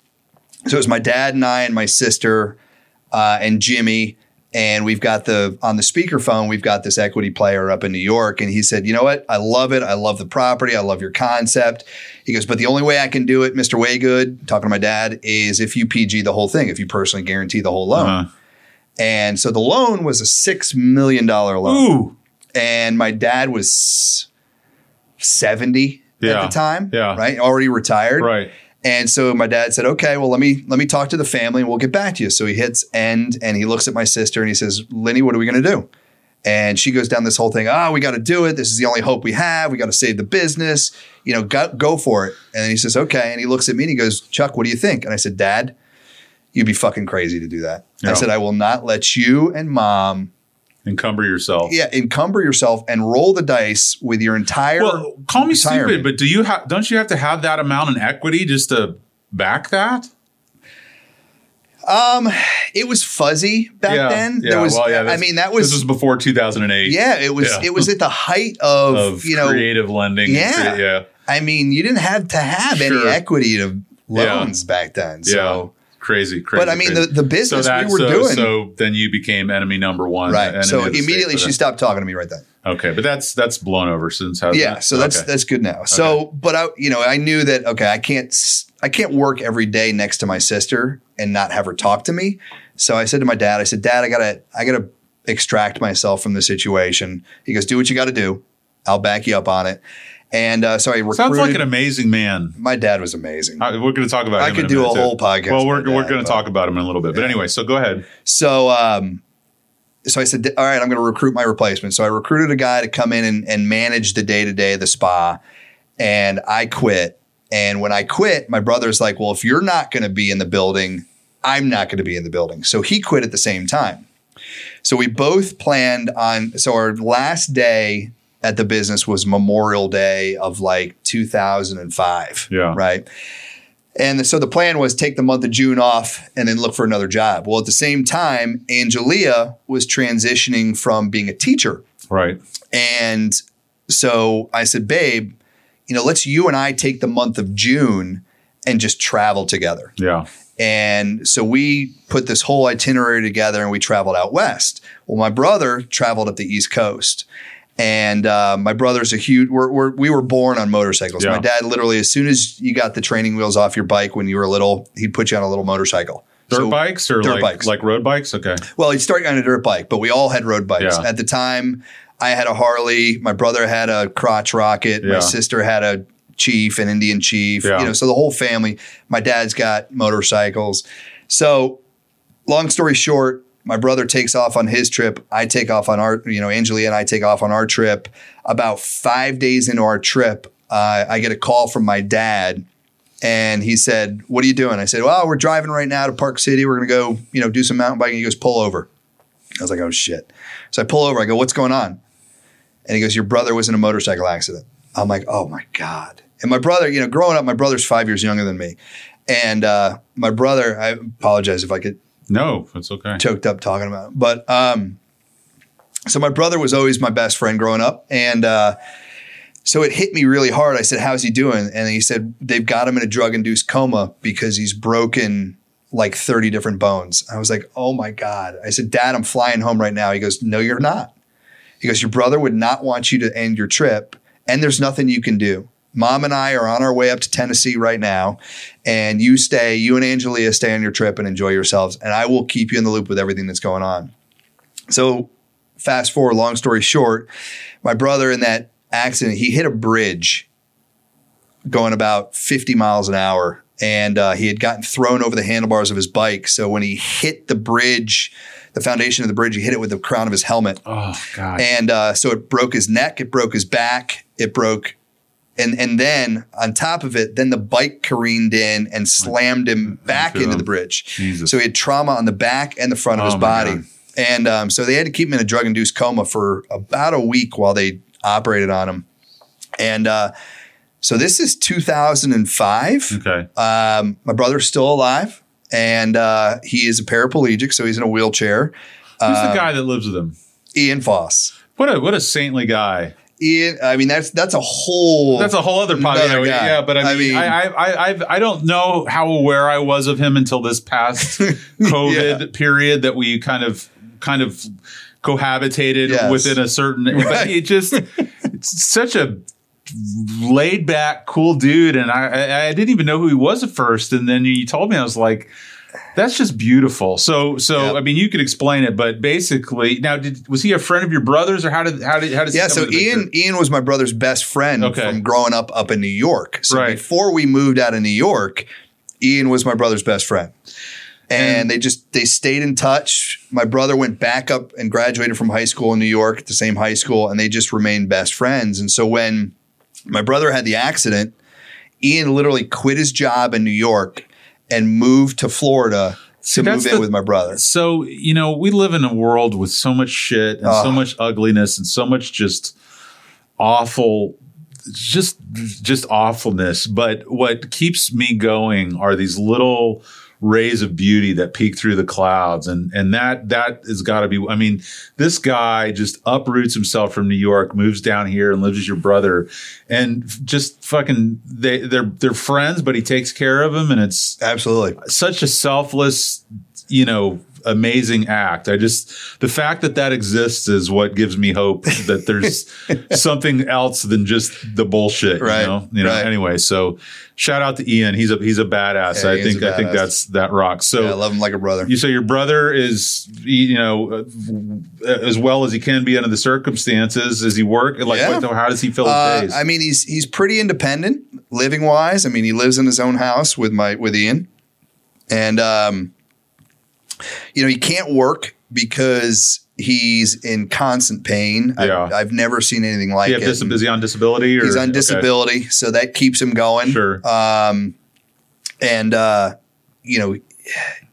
C: So it was my dad and I and my sister uh, and Jimmy, and we've got the on the speakerphone we've got this equity player up in New York, and he said, you know what, I love it, I love the property, I love your concept. He goes, but the only way I can do it, Mr. Waygood, talking to my dad, is if you PG the whole thing, if you personally guarantee the whole loan.
A: Uh,
C: And so the loan was a six million dollar loan,
A: Uh, ooh.
C: and my dad was seventy
A: Yeah.
C: at the time,
A: Yeah.
C: right, already retired,
A: Right.
C: And so my dad said, "Okay, well let me let me talk to the family, and we'll get back to you." So he hits end, and he looks at my sister, and he says, "Lenny, what are we going to do?" And she goes down this whole thing. Oh, we got to do it. This is the only hope we have. We got to save the business. You know, go, go for it. And then he says, okay. And he looks at me and he goes, Chuck, what do you think? And I said, Dad, you'd be fucking crazy to do that.
A: Yeah.
C: I said, I will not let you and mom,
A: Encumber yourself.
C: yeah, encumber yourself and roll the dice with your entire.
A: Well, call me
C: retirement.
A: stupid, but do you have? Don't you have to have that amount in equity just to back that?
C: it was fuzzy back then. there was, I
A: that's-
C: mean, that was,
A: this was before 2008.
C: yeah, it was,
A: Yeah.
C: it was at the height of,
A: of
C: you know,
A: creative lending. and
C: Yeah.
A: crea- yeah,
C: I mean, you didn't have to have any
A: Sure.
C: equity to loans back then. So,
A: yeah. Crazy, crazy.
C: but I mean, the,
A: crazy.
C: the business we were
A: so,
C: doing,
A: So then you became enemy number one.
C: right?
A: enemy
C: So
A: of the state
C: immediately
A: for
C: she
A: that.
C: stopped talking to me right then.
A: Okay, but that's that's blown over since. hasn't
C: Yeah,
A: it?
C: so that's
A: Okay.
C: that's good now. So, but I, you know, I knew that okay, I can't s- I can't work every day next to my sister and not have her talk to me. So I said to my dad, I said, Dad, I gotta I gotta extract myself from the situation. He goes, Do what you got to do. I'll back you up on it. And uh, so I recruited.
A: sounds like an amazing man.
C: my dad was amazing.
A: I- we're going to talk about.
C: I
A: him
C: could
A: in a
C: do a
A: minute, too.
C: whole podcast
A: Well, we're
C: about
A: we're
C: that,
A: going to
C: but-
A: talk about him in a little bit. But anyway, so go ahead.
C: So, um, so I said, all right, I'm going to recruit my replacement. So I recruited a guy to come in and, and manage the day to day of the spa, and I quit. And when I quit, my brother's like, well, if you're not going to be in the building, I'm not going to be in the building. So he quit at the same time. So we both planned on. So our last day at the business was Memorial Day of like 2005.
A: Yeah.
C: Right. And so the plan was take the month of June off and then look for another job. Well, at the same time, Angelia was transitioning from being a teacher.
A: Right.
C: And so I said, babe, you know, let's you and I take the month of June and just travel together.
A: Yeah.
C: And so we put this whole itinerary together and we traveled out west. Well, my brother traveled up the East Coast. And uh, my brother's a huge, we're, we're, we were born on motorcycles.
A: Yeah.
C: My dad literally, as soon as you got the training wheels off your bike when you were little, he'd put you on a little motorcycle.
A: Dirt
C: So-
A: bikes or
C: dirt
A: like
C: bikes.
A: like road bikes. Okay.
C: well, he'd start on a dirt bike, but we all had road bikes.
A: Yeah.
C: At the time, I had a Harley, my brother had a crotch rocket, my
A: Yeah.
C: sister had a Chief, an Indian Chief,
A: Yeah.
C: you know, so the whole family. My dad's got motorcycles. So, long story short, my brother takes off on his trip. I take off on our, you know, Angelia and I take off on our trip. About five days into our trip, uh, I get a call from my dad and he said, "What are you doing?" I said, "Well, we're driving right now to Park City. We're going to go, you know, do some mountain biking." He goes, "Pull over." I was like, "Oh shit!" So I pull over. I go, "What's going on?" And he goes, "Your brother was in a motorcycle accident." I'm like, "Oh my god!" And my brother, you know, growing up, my brother's five years younger than me, and uh, my brother. I apologize if I get
A: No, it's okay.
C: choked up talking about it. But um, so my brother was always my best friend growing up, and uh, so it hit me really hard. I said, "How's he doing?" And he said, "They've got him in a drug-induced coma because he's broken." Like 30 different bones. I was like, oh my God. I said, Dad, I'm flying home right now. He goes, No, you're not. He goes, Your brother would not want you to end your trip, and there's nothing you can do. Mom and I are on our way up to Tennessee right now, and you stay, you and Angelia stay on your trip and enjoy yourselves, and I will keep you in the loop with everything that's going on. So, fast forward, long story short, my brother in that accident, he hit a bridge going about 50 miles an hour, and uh, he had gotten thrown over the handlebars of his bike. So, when he hit the bridge, the foundation of the bridge, he hit it with the crown of his helmet
A: Oh God.
C: and uh, so it broke his neck, it broke his back, it broke, and and then on top of it, then the bike careened in and slammed him back
A: Into
C: into
A: him.
C: the bridge.
A: uh, Jesus.
C: So he had trauma on the back and the front of
A: Oh,
C: his
A: my
C: body,
A: God.
C: and um, so they had to keep him in a drug induced coma for about a week while they operated on him, and uh, so this is 2005.
A: okay.
C: Um, my brother's still alive, and uh, he is a paraplegic, so he's in a wheelchair.
A: Who's
C: uh,
A: the guy that lives with him?
C: Ian Foss.
A: What a what a saintly guy.
C: Ian, I mean, that's that's a whole.
A: That's a whole other podcast.
C: another
A: Yeah,
C: guy.
A: yeah, but I mean, I, I, I, I've, I don't know how aware I was of him until this
C: <laughs>
A: past COVID period that we kind of, kind of cohabitated
C: Yes.
A: within a certain. But
C: Right.
A: he just, it's such a laid back, cool dude, and I, I, I didn't even know who he was at first, and then you told me, I was like. That's just beautiful. So, so
C: Yep.
A: I mean, you could explain it, but basically, now, did, was he a friend of your brother's, or how did how did how did
C: yeah. So Ian, Ian was my brother's best friend
A: Okay.
C: from growing up up in New York. So
A: Right.
C: before we moved out of New York, Ian was my brother's best friend. and they just they stayed in touch. My brother went back up and graduated from high school in New York at the same high school, and they just remained best friends. And so when my brother had the accident, Ian literally quit his job in New York and moved to Florida
A: See,
C: to
A: that's
C: move in
A: the-
C: with my brother.
A: So, you know, we live in a world with so much shit and so
C: Ugh.
A: much ugliness and so much just awful just just awfulness, but what keeps me going are these little rays of beauty that peek through the clouds and and that that has got to be I mean, this guy just uproots himself from New York, moves down here and lives as your brother and f- just fucking they they're they're friends, but he takes care of him and it's
C: Absolutely.
A: such a selfless, you know, amazing act. I just the fact that that exists is what gives me hope that
C: <laughs>
A: there's something else than just the bullshit.
C: Right,
A: You know. You know?
C: right.
A: Anyway, so shout out to Ian. He's a he's a badass.
C: Yeah,
A: I
C: Ian's
A: think
C: a
A: I think
C: badass.
A: that's that rocks. So
C: Yeah, I love him like a brother.
A: you so your brother is you know uh, w- as well as he can be under the circumstances. Does he work? Like
C: Yeah.
A: what the- how does he fill his
C: Uh,
A: days?
C: I mean, he's he's pretty independent living wise. I mean, he lives in his own house with my with Ian, and um, you know, he can't work because he's in constant pain.
A: Yeah.
C: I, have never seen anything like
A: Do you
C: it.
A: have dis- is he on disability? Or,
C: he's on
A: okay.
C: disability, so that keeps him going.
A: Sure.
C: Um, and uh, you know,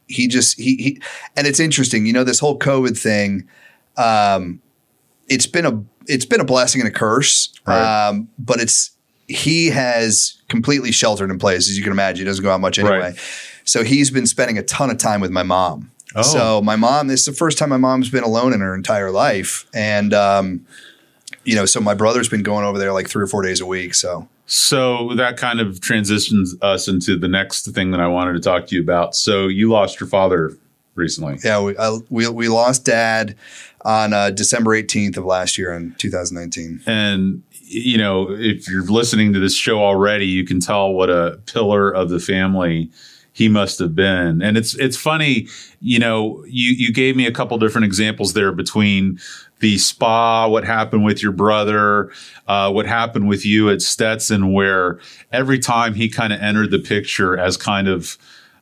C: he just he he, and it's interesting. You know, this whole COVID thing, um, it's been a it's been a blessing and a curse.
A: Right.
C: Um, but it's he has completely sheltered in place, as you can imagine. He doesn't go out much anyway.
A: Right.
C: So he's been spending a ton of time with my mom.
A: Oh.
C: So my mom, this is the first time my mom's been alone in her entire life, and um, you know, so my brother's been going over there like three or four days a week. So
A: So that kind of transitions us into the next thing that I wanted to talk to you about. So you lost your father recently.
C: yeah, we I, we, we lost dad on uh, December 18th of last year in 2019.
A: And you know, if you're listening to this show already, you can tell what a pillar of the family he must have been. And it's it's funny, you know, you you gave me a couple different examples there between the spa, what happened with your brother, uh, what happened with you at Stetson, where every time he kind of entered the picture as kind of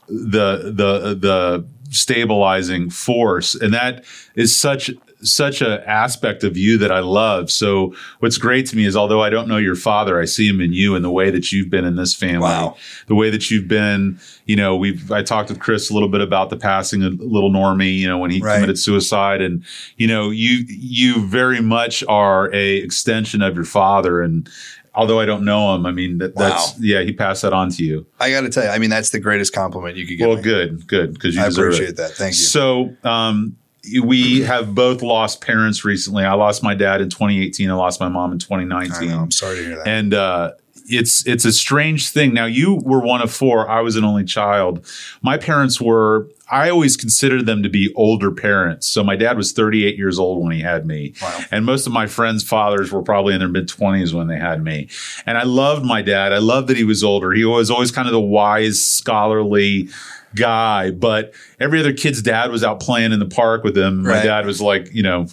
A: the the the stabilizing force and that is such such a aspect of you that I love. So what's great to me is although I don't know your father, I see him in you and the way that you've been in this family.
C: Wow.
A: The way that you've been, you know, we've I talked with Chris a little bit about the passing of little Normie, you know, when he
C: Right.
A: committed suicide and you know, you you very much are a extension of your father and although I don't know him, I mean that, that's
C: Wow.
A: yeah, he passed that on to you.
C: I got to tell you, I mean, that's the greatest compliment you could get.
A: Well,
C: me.
A: good, good, because you
C: I
A: deserve
C: appreciate
A: it.
C: that. Thank you.
A: So, um, we have both lost parents recently. I lost my dad in 2018. I lost my mom in
C: I know.
A: 2019.
C: I'm sorry to hear that.
A: And uh, it's it's a strange thing. Now you were one of four. I was an only child. My parents were. I always considered them to be older parents. So my dad was 38 years old when he had me,
C: Wow.
A: and most of my friends' fathers were probably in their mid 20s when they had me. And I loved my dad. I loved that he was older. He was always kind of the wise, scholarly guy. But every other kid's dad was out playing in the park with him. My
C: Right.
A: dad was like, you know,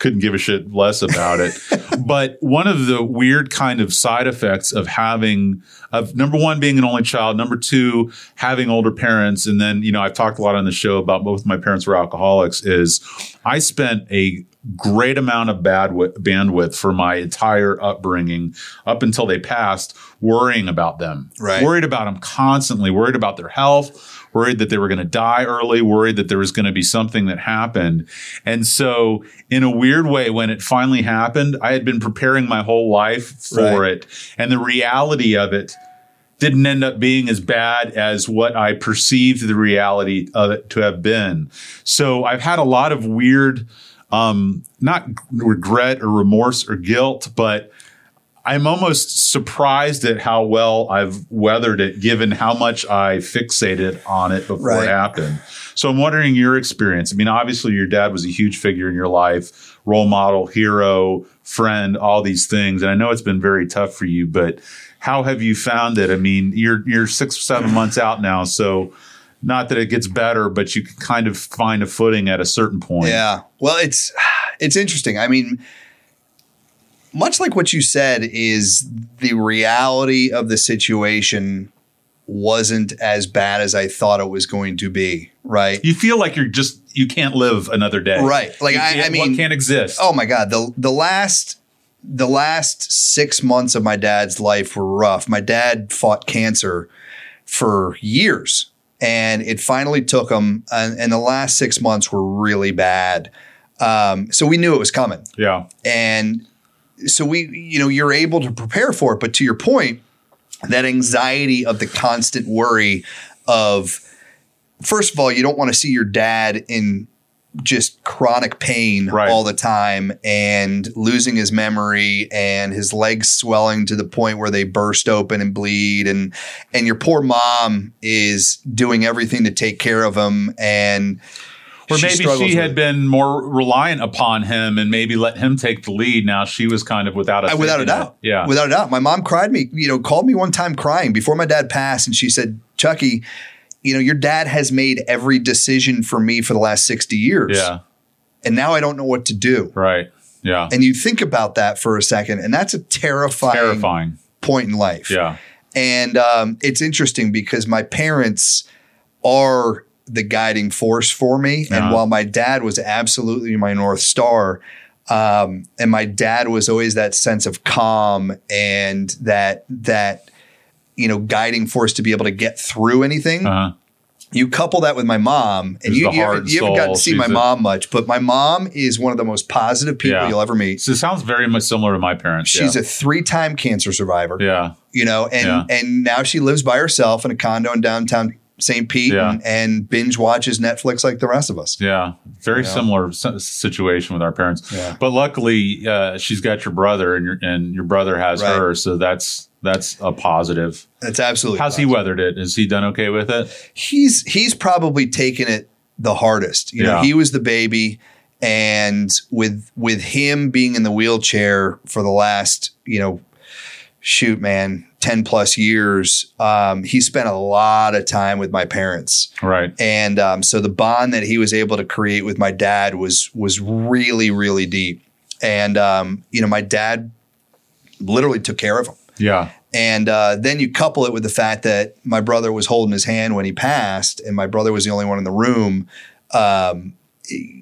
A: couldn't give a shit less about it. but one of the weird kind of side effects of having of number one being an only child, number two having older parents, and then you know I've talked a lot on the show about both my parents were alcoholics. Is I spent a great amount of bad wi- bandwidth for my entire upbringing up until they passed worrying about them
C: Right.
A: worried about them constantly worried about their health worried that they were going to die early worried that there was going to be something that happened and so in a weird way when it finally happened i had been preparing my whole life for
C: Right.
A: it and the reality of it didn't end up being as bad as what I perceived the reality of it to have been. So I've had a lot of weird, um, not regret or remorse or guilt, but I'm almost surprised at how well I've weathered it, given how much I fixated on it before
C: Right.
A: it happened. So I'm wondering your experience. I mean, obviously, your dad was a huge figure in your life, role model, hero, friend, all these things. And I know it's been very tough for you, but how have you found it? I mean, you're you're six or seven months out now, so not that it gets better, but you can kind of find a footing at a certain point.
C: Yeah. Well, it's it's interesting. I mean, much like what you said is the reality of the situation wasn't as bad as I thought it was going to be. Right.
A: You feel like you're just you can't live another day.
C: Right. Like,
A: You
C: I-
A: can't-
C: I mean-
A: what can't exist.
C: Oh my God. The the last the last six months of my dad's life were rough. My dad fought cancer for years and it finally took him and, and the last six months were really bad. Um, so we knew it was coming.
A: Yeah.
C: And so we, you know, you're able to prepare for it. But to your point, that anxiety of the constant worry of, first of all, you don't want to see your dad in just chronic pain
A: Right.
C: all the time and losing his memory and his legs swelling to the point where they burst open and bleed and and your poor mom is doing everything to take care of him and
A: Or
C: she
A: maybe
C: struggles
A: she
C: with
A: had
C: it.
A: been more reliant upon him and maybe let him take the lead. Now she was kind of without
C: I-
A: a
C: Uh, without a
A: safety net.
C: doubt.
A: Yeah.
C: Without a doubt. My mom cried me, you know, called me one time crying before my dad passed. And she said, Chucky, you know, your dad has made every decision for me for the last 60 years.
A: yeah.
C: And now I don't know what to do.
A: Right. Yeah.
C: And you think about that for a second. And that's a terrifying,
A: Terrifying.
C: point in life.
A: Yeah.
C: And um, it's interesting because my parents are the guiding force for me. And
A: Uh-huh.
C: while my dad was absolutely my North Star, um, and my dad was always that sense of calm and that, that, you know, guiding force to be able to get through anything.
A: Uh-huh.
C: You couple that with my mom, and
A: Who's
C: you,
A: the
C: you,
A: heart
C: haven't,
A: and
C: you haven't gotten
A: soul.
C: to see my
A: She's a-
C: mom much, but my mom is one of the most positive people
A: Yeah.
C: you'll ever meet.
A: So it sounds very much similar to my parents.
C: She's
A: yeah.
C: a three time cancer survivor
A: yeah.
C: you know, and
A: Yeah.
C: and now she lives by herself in a condo in downtown St. Pete
A: Yeah.
C: and, and binge watches Netflix like the rest of us.
A: Yeah, very
C: You know?
A: similar s- situation with our parents.
C: Yeah.
A: But luckily, uh, she's got your brother, and your and your brother has
C: Right.
A: her, so that's that's a positive.
C: That's absolutely
A: How's he
C: wild.
A: weathered it? Is he done okay with it?
C: He's he's probably taken it the hardest. You know,
A: Yeah.
C: he was the baby and with with him being in the wheelchair for the last, you know, shoot man, 10 plus years, um, he spent a lot of time with my parents.
A: Right.
C: and um, so the bond that he was able to create with my dad was was really really deep and um, you know my dad literally took care of him
A: Yeah.
C: and uh, then you couple it with the fact that my brother was holding his hand when he passed and my brother was the only one in the room um,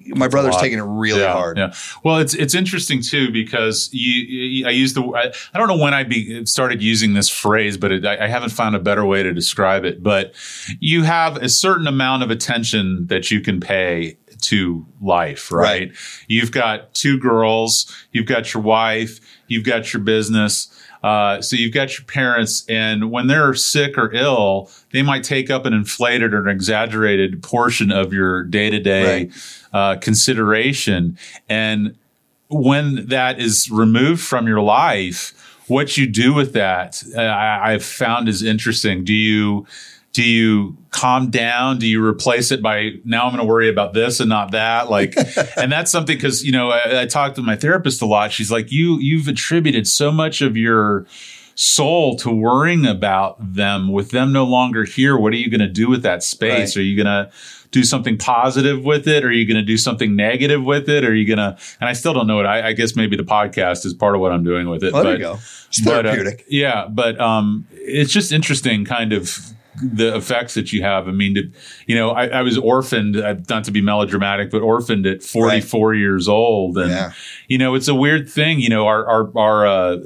C: my brother's
A: lot.
C: taking it really
A: yeah,
C: hard
A: Yeah. Well, it's it's interesting too because you, you I use the I, I don't know when I be, started using this phrase, but it, I, I haven't found a better way to describe it. But you have a certain amount of attention that you can pay to life, right?
C: Right.
A: You've got two girls, you've got your wife, you've got your business. Uh, so you've got your parents, and when they're sick or ill, they might take up an inflated or an exaggerated portion of your day to day
C: Right.
A: uh, consideration. And when that is removed from your life, what you do with that, uh, I, I've found is interesting. Do you do you calm down? Do you replace it by now I'm going to worry about this and not that?
C: <laughs>
A: Like, and that's something because you know I, I talked to my therapist a lot. She's like, you you've attributed so much of your soul to worrying about them with them no longer here what are you going to do with that space
C: Right.
A: are you going to do something positive with it are you going to do something negative with it are you going to and i still don't know it I, I guess maybe the podcast is part of what i'm doing with it
C: well, there
A: but
C: you go it's
A: but, uh,
C: therapeutic
A: yeah, but um, it's just interesting, kind of the effects that you have. I mean, to, you know, I, I was orphaned, uh, not to be melodramatic, but orphaned at 44 years old, and
C: Yeah.
A: you know, it's a weird thing. You know, our our our uh,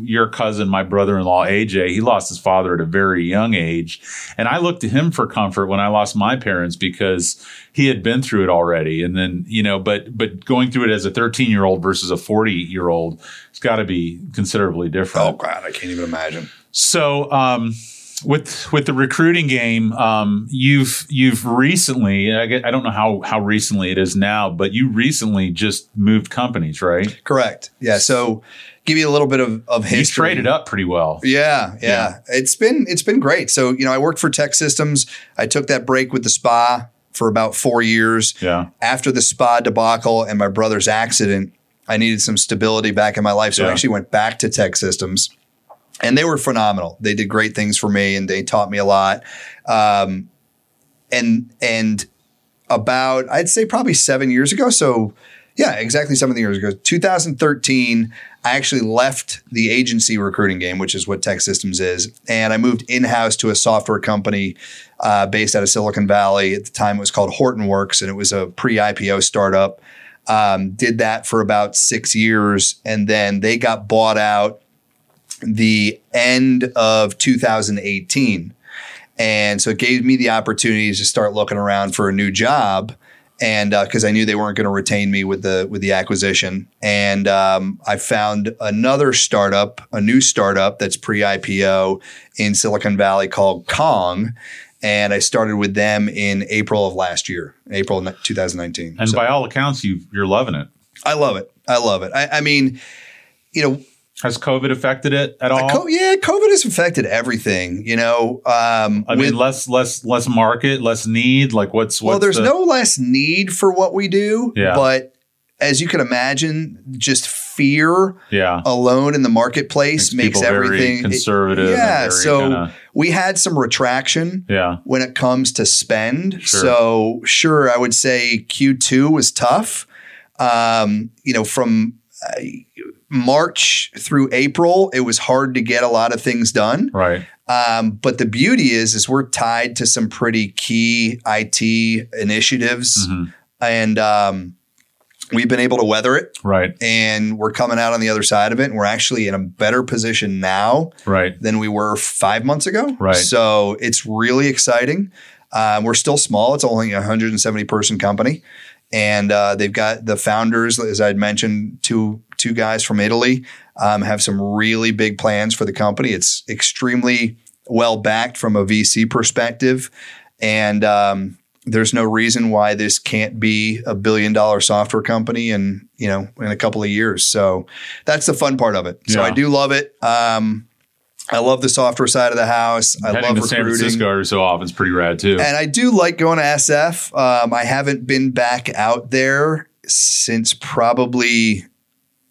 A: your cousin, my brother-in-law AJ, he lost his father at a very young age, and I looked to him for comfort when I lost my parents because he had been through it already. And then you know, but but going through it as a 13 year old versus a 40 year old, it's got to be considerably different.
C: oh god i can't even imagine
A: So um, with with the recruiting game, um, you've you've recently I, get, I don't know how how recently it is now, but you recently just moved companies, right?
C: correct yeah so give you a little bit of, of history
A: You traded up pretty well.
C: Yeah, yeah, It's been it's been great. So, you know, I worked for Tech Systems. I took that break with the spa for about 4 years.
A: Yeah.
C: After the spa debacle and my brother's accident, I needed some stability back in my life, so I
A: Yeah.
C: actually went back to Tech Systems. And they were phenomenal. They did great things for me and they taught me a lot. Um and and about I'd say probably 7 years ago, so Yeah, exactly. Something years ago, 2013, I actually left the agency recruiting game, which is what Tech Systems is, and I moved in house to a software company uh, based out of Silicon Valley. At the time, it was called Hortonworks, and it was a pre-IPO startup. Um, did that for about six years, and then they got bought out the end of 2018. And so it gave me the opportunity to start looking around for a new job. And because I knew they weren't going to retain me with the with the acquisition, and um, I found another startup, a new startup that's pre IPO in Silicon Valley called Kong, and I started with them in April of last year, April ni- 2019.
A: And
C: So
A: by all accounts, you you're loving it.
C: I love it. I love it. I, I mean, you know,
A: Has COVID affected it at all?
C: Uh, co- yeah, COVID has affected everything. You know, um,
A: I mean,
C: with-
A: less less less market, less need. Like what's
C: well,
A: what's
C: there's
A: the-
C: no less need for what we do,
A: Yeah.
C: but as you can imagine, just fear
A: yeah.
C: alone in the marketplace makes,
A: people
C: everything
A: very
C: it-
A: conservative. and
C: yeah,
A: very
C: so
A: kinda-
C: we had some retraction.
A: yeah,
C: when it comes to spend.
A: Sure.
C: So sure, I would say Q2 was tough. Um, you know, from uh, March through April, it was hard to get a lot of things done.
A: right.
C: Um, but the beauty is, is we're tied to some pretty key IT initiatives,
A: Mhm.
C: and um, we've been able to weather it.
A: Right.
C: And we're coming out on the other side of it, and we're actually in a better position now
A: Right.
C: than we were five months ago.
A: Right.
C: So it's really exciting. Um, we're still small. It's only a 170 person company, and uh, they've got the founders, as I'd mentioned, two two guys from Italy, um, have some really big plans for the company. It's extremely well backed from a VC perspective, and um, there's no reason why this can't be a billion dollar software company in you know in a couple of years. So that's the fun part of it. So
A: Yeah.
C: I do love it. Um, I love the software side of the house. I
A: Heading
C: love
A: to San
C: recruiting.
A: Francisco every so often is pretty rad too.
C: And I do like going to SF. Um, I haven't been back out there since probably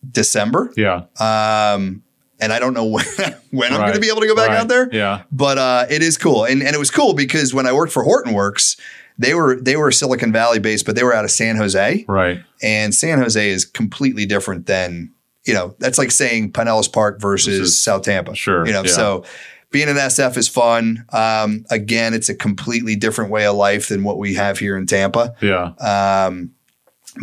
C: December.
A: yeah.
C: Um, and I don't know <laughs> when, when I'm going
A: right,
C: to be able to go back
A: right,
C: out there.
A: Yeah.
C: But uh, it is cool. And, and it was cool because when I worked for Hortonworks, they were they were Silicon Valley based, but they were out of San Jose.
A: Right.
C: And San Jose is completely different than, you know, that's like saying Pinellas Park versus
A: Versus-
C: South Tampa.
A: Sure,
C: You know,
A: yeah.
C: so being in SF is fun. Um, again, it's a completely different way of life than what we have here in Tampa.
A: Yeah.
C: Um,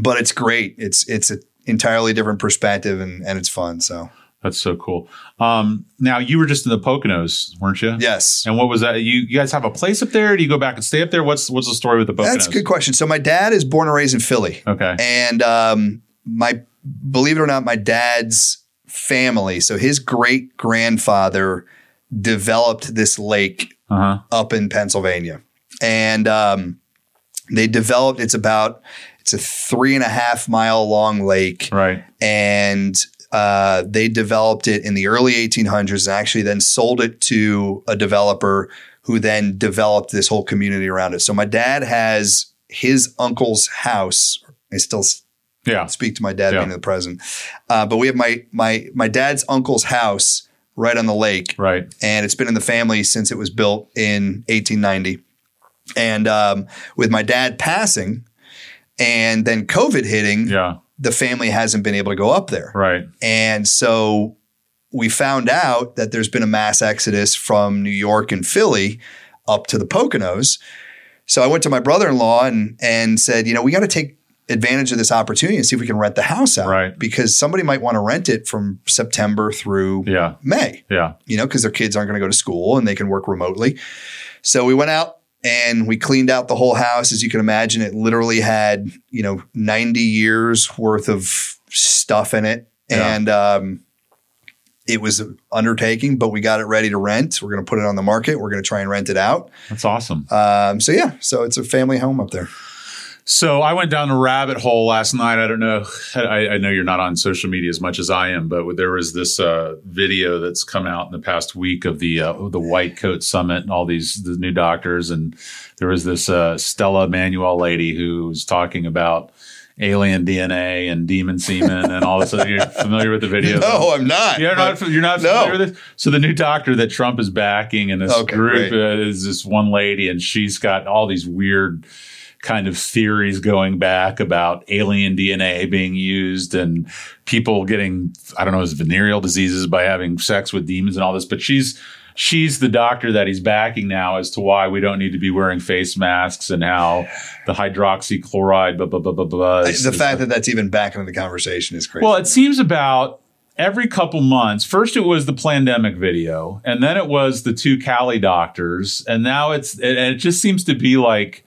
C: but it's great. It's it's an entirely different perspective and, and it's fun. So
A: That's so cool. Um, now you were just in the Poconos, weren't you?
C: yes.
A: And what was that? You you guys have a place up there? Do you go back and stay up there? What's what's the story with the Poconos?
C: That's a good question. So my dad is born and raised in Philly.
A: Okay.
C: And um, my believe it or not, my dad's family, so his great grandfather developed this lake
A: Uh huh.
C: up in Pennsylvania. And um, they developed it's about it's a three and a half mile long lake.
A: Right.
C: And uh, they developed it in the early 1800s and actually then sold it to a developer who then developed this whole community around it. So my dad has his uncle's house. I still
A: Yeah.
C: speak to my dad
A: Yeah.
C: being in the present. Uh, but we have my my my dad's uncle's house right on the lake,
A: Right.
C: and it's been in the family since it was built in 1890. And um, with my dad passing, and then COVID hitting,
A: Yeah.
C: the family hasn't been able to go up there.
A: Right.
C: And so we found out that there's been a mass exodus from New York and Philly up to the Poconos. So I went to my brother-in-law and and said, you know, we got to take advantage of this opportunity and see if we can rent the house out.
A: Right.
C: Because somebody might want to rent it from September through
A: Yeah.
C: May,
A: Yeah.
C: you know, because their kids aren't going to go to school and they can work remotely. So we went out and we cleaned out the whole house. As you can imagine, it literally had, you know, 90 years worth of stuff in it.
A: Yeah.
C: And um, it was an undertaking, but we got it ready to rent. We're going to put it on the market. We're going to try and rent it out.
A: That's awesome.
C: Um, so, yeah, so it's a family home up there.
A: So I went down a rabbit hole last night. I don't know. I, I know you're not on social media as much as I am, but there was this uh, video that's come out in the past week of the uh, the White Coat Summit and all these the new doctors, and there was this uh, Stella Manuel lady who was talking about alien DNA and demon semen and all this. You're familiar with the <laughs> video?
C: No, I'm not.
A: You're not,
C: But-
A: you're not
C: No.
A: familiar with this? So the new doctor that Trump is backing in this
C: Okay,
A: group
C: great.
A: uh, is this one lady, and she's got all these weird kind of theories going back about alien DNA being used and people getting, I don't know, is venereal diseases by having sex with demons and all this. But she's she's the doctor that he's backing now as to why we don't need to be wearing face masks and how the hydroxychloride, blah blah blah blah blah. is-
C: the
A: is
C: fact that that's even back into the conversation is crazy.
A: well, it seems about every couple months. First, it was the pandemic video, and then it was the two Cali doctors, and now it's and and it just seems to be like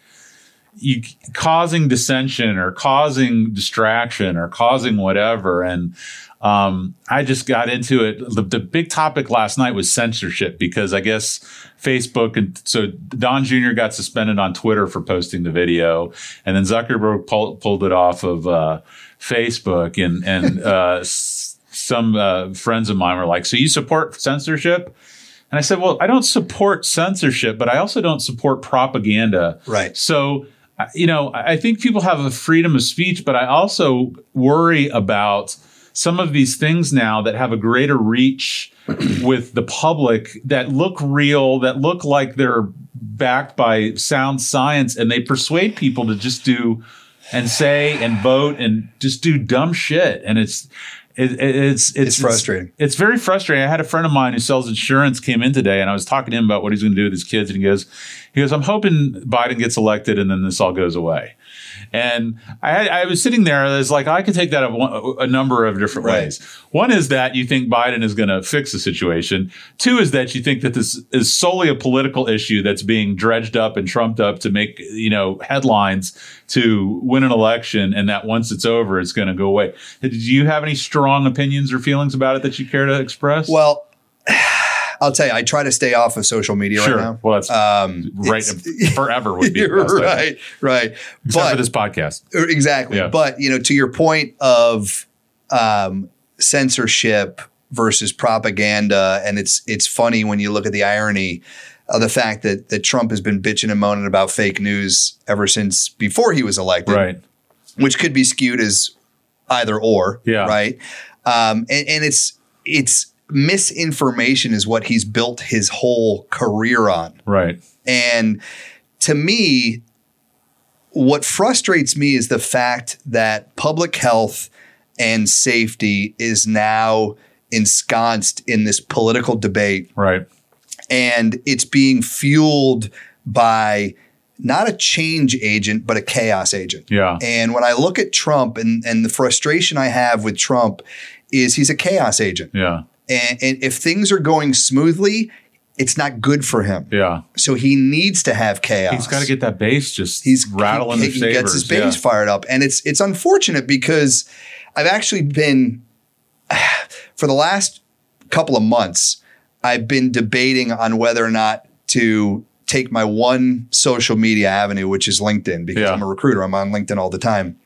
A: you causing dissension or causing distraction or causing whatever. And um, I just got into it. The, the big topic last night was censorship because I guess Facebook and so Don Jr. got suspended on Twitter for posting the video, and then Zuckerberg pull, pulled it off of uh, Facebook. And and uh, s- some uh, friends of mine were like, "So you support censorship?" And I said, "Well, I don't support censorship, but I also don't support propaganda."
C: Right.
A: So, I- you know, I I think people have a freedom of speech, but I also worry about some of these things now that have a greater reach <coughs> with the public that look real, that look like they're backed by sound science, and they persuade people to just do and say and vote and just do dumb shit. And it's, it, it- it's, it's
C: It's frustrating.
A: It's, it's very frustrating. I had a friend of mine who sells insurance came in today, and I was talking to him about what he's going to do with his kids, and he goes, he goes, I'm hoping Biden gets elected, and then this all goes away. And I, had- I was sitting there, I was like, I could take that a, one- a number of different
C: Right.
A: ways. One is that you think Biden is going to fix the situation. Two is that you think that this is solely a political issue that's being dredged up and trumped up to make, you know, headlines to win an election and that once it's over, it's going to go away. Do you have any strong opinions or feelings about it that you care to express?
C: Well, <sighs> I'll tell you, I try to stay off of social media
A: sure.
C: right now.
A: Well, that's
C: Um,
A: right.
C: it's-
A: Forever would be the
C: <laughs> You're
A: best idea.
C: right, right.
A: Except
C: but
A: for this podcast.
C: er, exactly.
A: Yeah.
C: But you know, to your point of um, censorship versus propaganda, and it's it's funny when you look at the irony of the fact that that Trump has been bitching and moaning about fake news ever since before he was elected,
A: Right.
C: which could be skewed as either or,
A: Yeah.
C: right? Um, and, and it's it's misinformation is what he's built his whole career on.
A: Right.
C: And to me, what frustrates me is the fact that public health and safety is now ensconced in this political debate
A: Right.
C: and it's being fueled by not a change agent, but a chaos agent.
A: Yeah.
C: And when I look at Trump and, and the frustration I have with Trump is he's a chaos agent.
A: Yeah.
C: And, and if things are going smoothly, it's not good for him.
A: Yeah.
C: So he needs to have chaos.
A: He's got to get that bass just
C: he's
A: rattling
C: he,
A: the
C: he
A: sabers.
C: gets his bass
A: yeah.
C: fired up, and it's it's unfortunate because I've actually been <sighs> for the last couple of months I've been debating on whether or not to take my one social media avenue, which is LinkedIn, because
A: Yeah.
C: I'm a recruiter. I'm on LinkedIn all the time.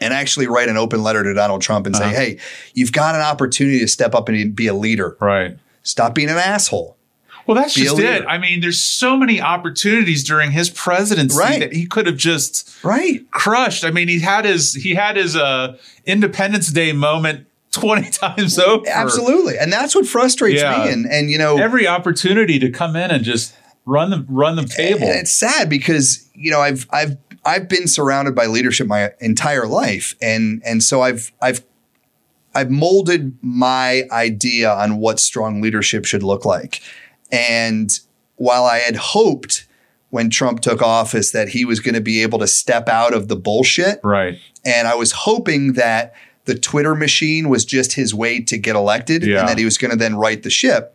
C: And actually write an open letter to Donald Trump and
A: Uh-huh.
C: say, hey, you've got an opportunity to step up and be a leader.
A: Right.
C: Stop being an asshole.
A: Well, that's
C: Be a
A: just
C: leader.
A: it. I mean, there's so many opportunities during his presidency
C: Right.
A: that he could have just
C: Right.
A: crushed. I mean, he had his he had his uh, Independence Day moment <laughs> 20 times over.
C: Absolutely. And that's what frustrates
A: Yeah.
C: me. And and you know
A: Every opportunity to come in and just run the run the table.
C: And it's sad because you know I've I've I've been surrounded by leadership my entire life, and and so I've I've I've molded my idea on what strong leadership should look like. And while I had hoped when Trump took office that he was going to be able to step out of the bullshit,
A: Right.
C: and I was hoping that the Twitter machine was just his way to get elected
A: Yeah.
C: and that he was going to then right the ship.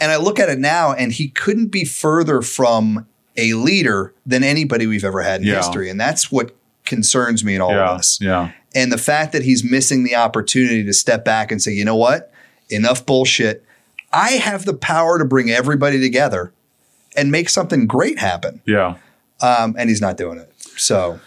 C: And I look at it now, and he couldn't be further from a leader than anybody we've ever had in
A: Yeah.
C: history. And that's what concerns me in all
A: Yeah.
C: of this.
A: Yeah.
C: And the fact that he's missing the opportunity to step back and say, you know what? Enough bullshit. I have the power to bring everybody together and make something great happen.
A: Yeah.
C: Um, and he's not doing it. So,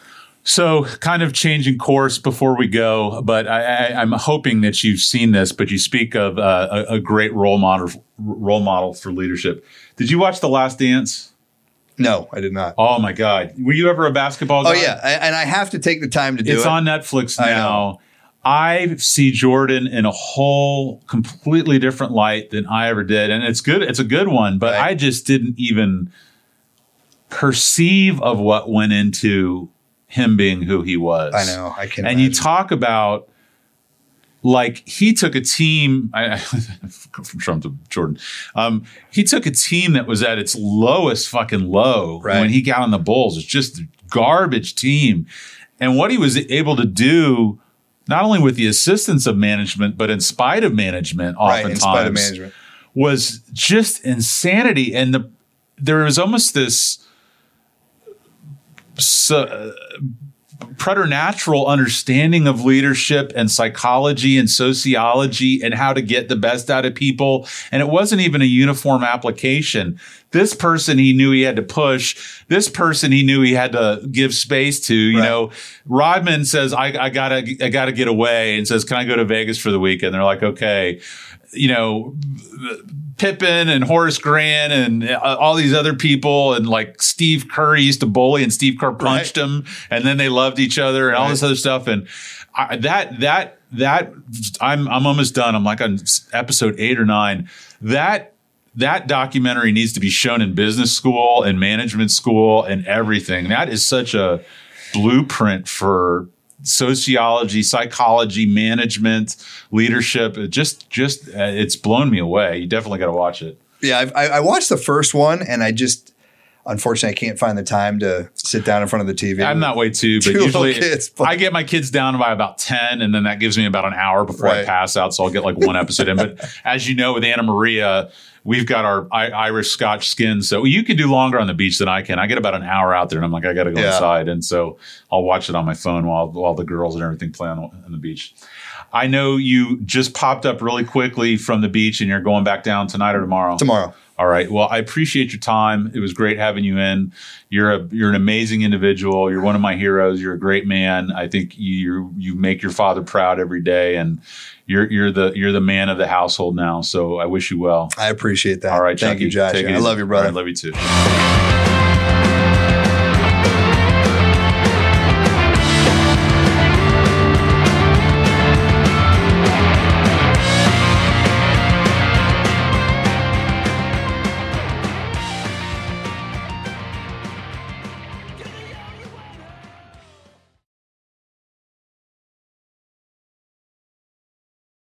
A: So, kind of changing course before we go, but I, I, I'm hoping that you've seen this. But you speak of uh, a, a great role model, role model for leadership. Did you watch The Last Dance?
C: no, I did not.
A: Oh my God! Were you ever a basketball?
C: Oh
A: guy?
C: yeah, I, and I have to take the time to do
A: it's
C: it.
A: on Netflix
C: I
A: now. I see Jordan in a whole completely different light than I ever did, and it's good. It's a good one, but
C: Right.
A: I just didn't even. perceive of what went into him being who he was.
C: I know. I can.
A: and you talk about like he took a team <laughs> I, I- from Trump to Jordan. Um, he took a team that was at its lowest fucking low
C: Right.
A: when he got on the Bulls. It's just a garbage team, and what he was able to do. Not only with the assistance of management, but in spite of management, oftentimes
C: right in spite of management.
A: was just insanity and the there was almost this su- uh, preternatural understanding of leadership and psychology and sociology and how to get the best out of people and it wasn't even a uniform application this person he knew he had to push this person he knew he had to give space to you
C: Right.
A: know rodman says I, I gotta i gotta get away and says can i go to vegas for the weekend they're like okay you know Pippen and Horace Grant and uh, all these other people and like Steve Kerr used to bully and Steve Kerr punched him and then they loved each other and all this
C: Right.
A: other stuff and I, that that that I'm I'm almost done I'm like on s- episode eight or nine that that documentary needs to be shown in business school and management school and everything that is such a blueprint for sociology psychology management leadership it just just uh, it's blown me away you definitely got to watch it
C: Yeah, I've, I, I watched the first one, and I just unfortunately I can't find the time to sit down in front of the TV.
A: i'm that way too but
C: Two little
A: usually
C: kids, but-
A: i get my kids down by about 10 and then that gives me about an hour before i
C: Right.
A: pass out so i'll get like one episode in
C: <laughs>
A: but as you know with anna maria we've got our I- irish scotch skin so you can do longer on the beach than i can i get about an hour out there and i'm like i gotta go
C: Yeah.
A: inside and so i'll watch it on my phone while while the girls and everything play on, on the beach I know you just popped up really quickly from the beach and you're going back down tonight or tomorrow.
C: tomorrow.
A: All right. Well, I appreciate your time. It was great having you in. You're a you're an amazing individual. You're one of my heroes. You're a great man. I think you you make your father proud every day and you're you're the you're the man of the household now. So I wish you well.
C: I appreciate that.
A: All right,
C: thank
A: Chucky,
C: you, Josh.
A: take it
C: I
A: easy.
C: love you, brother.
A: I love you too.
B: Thank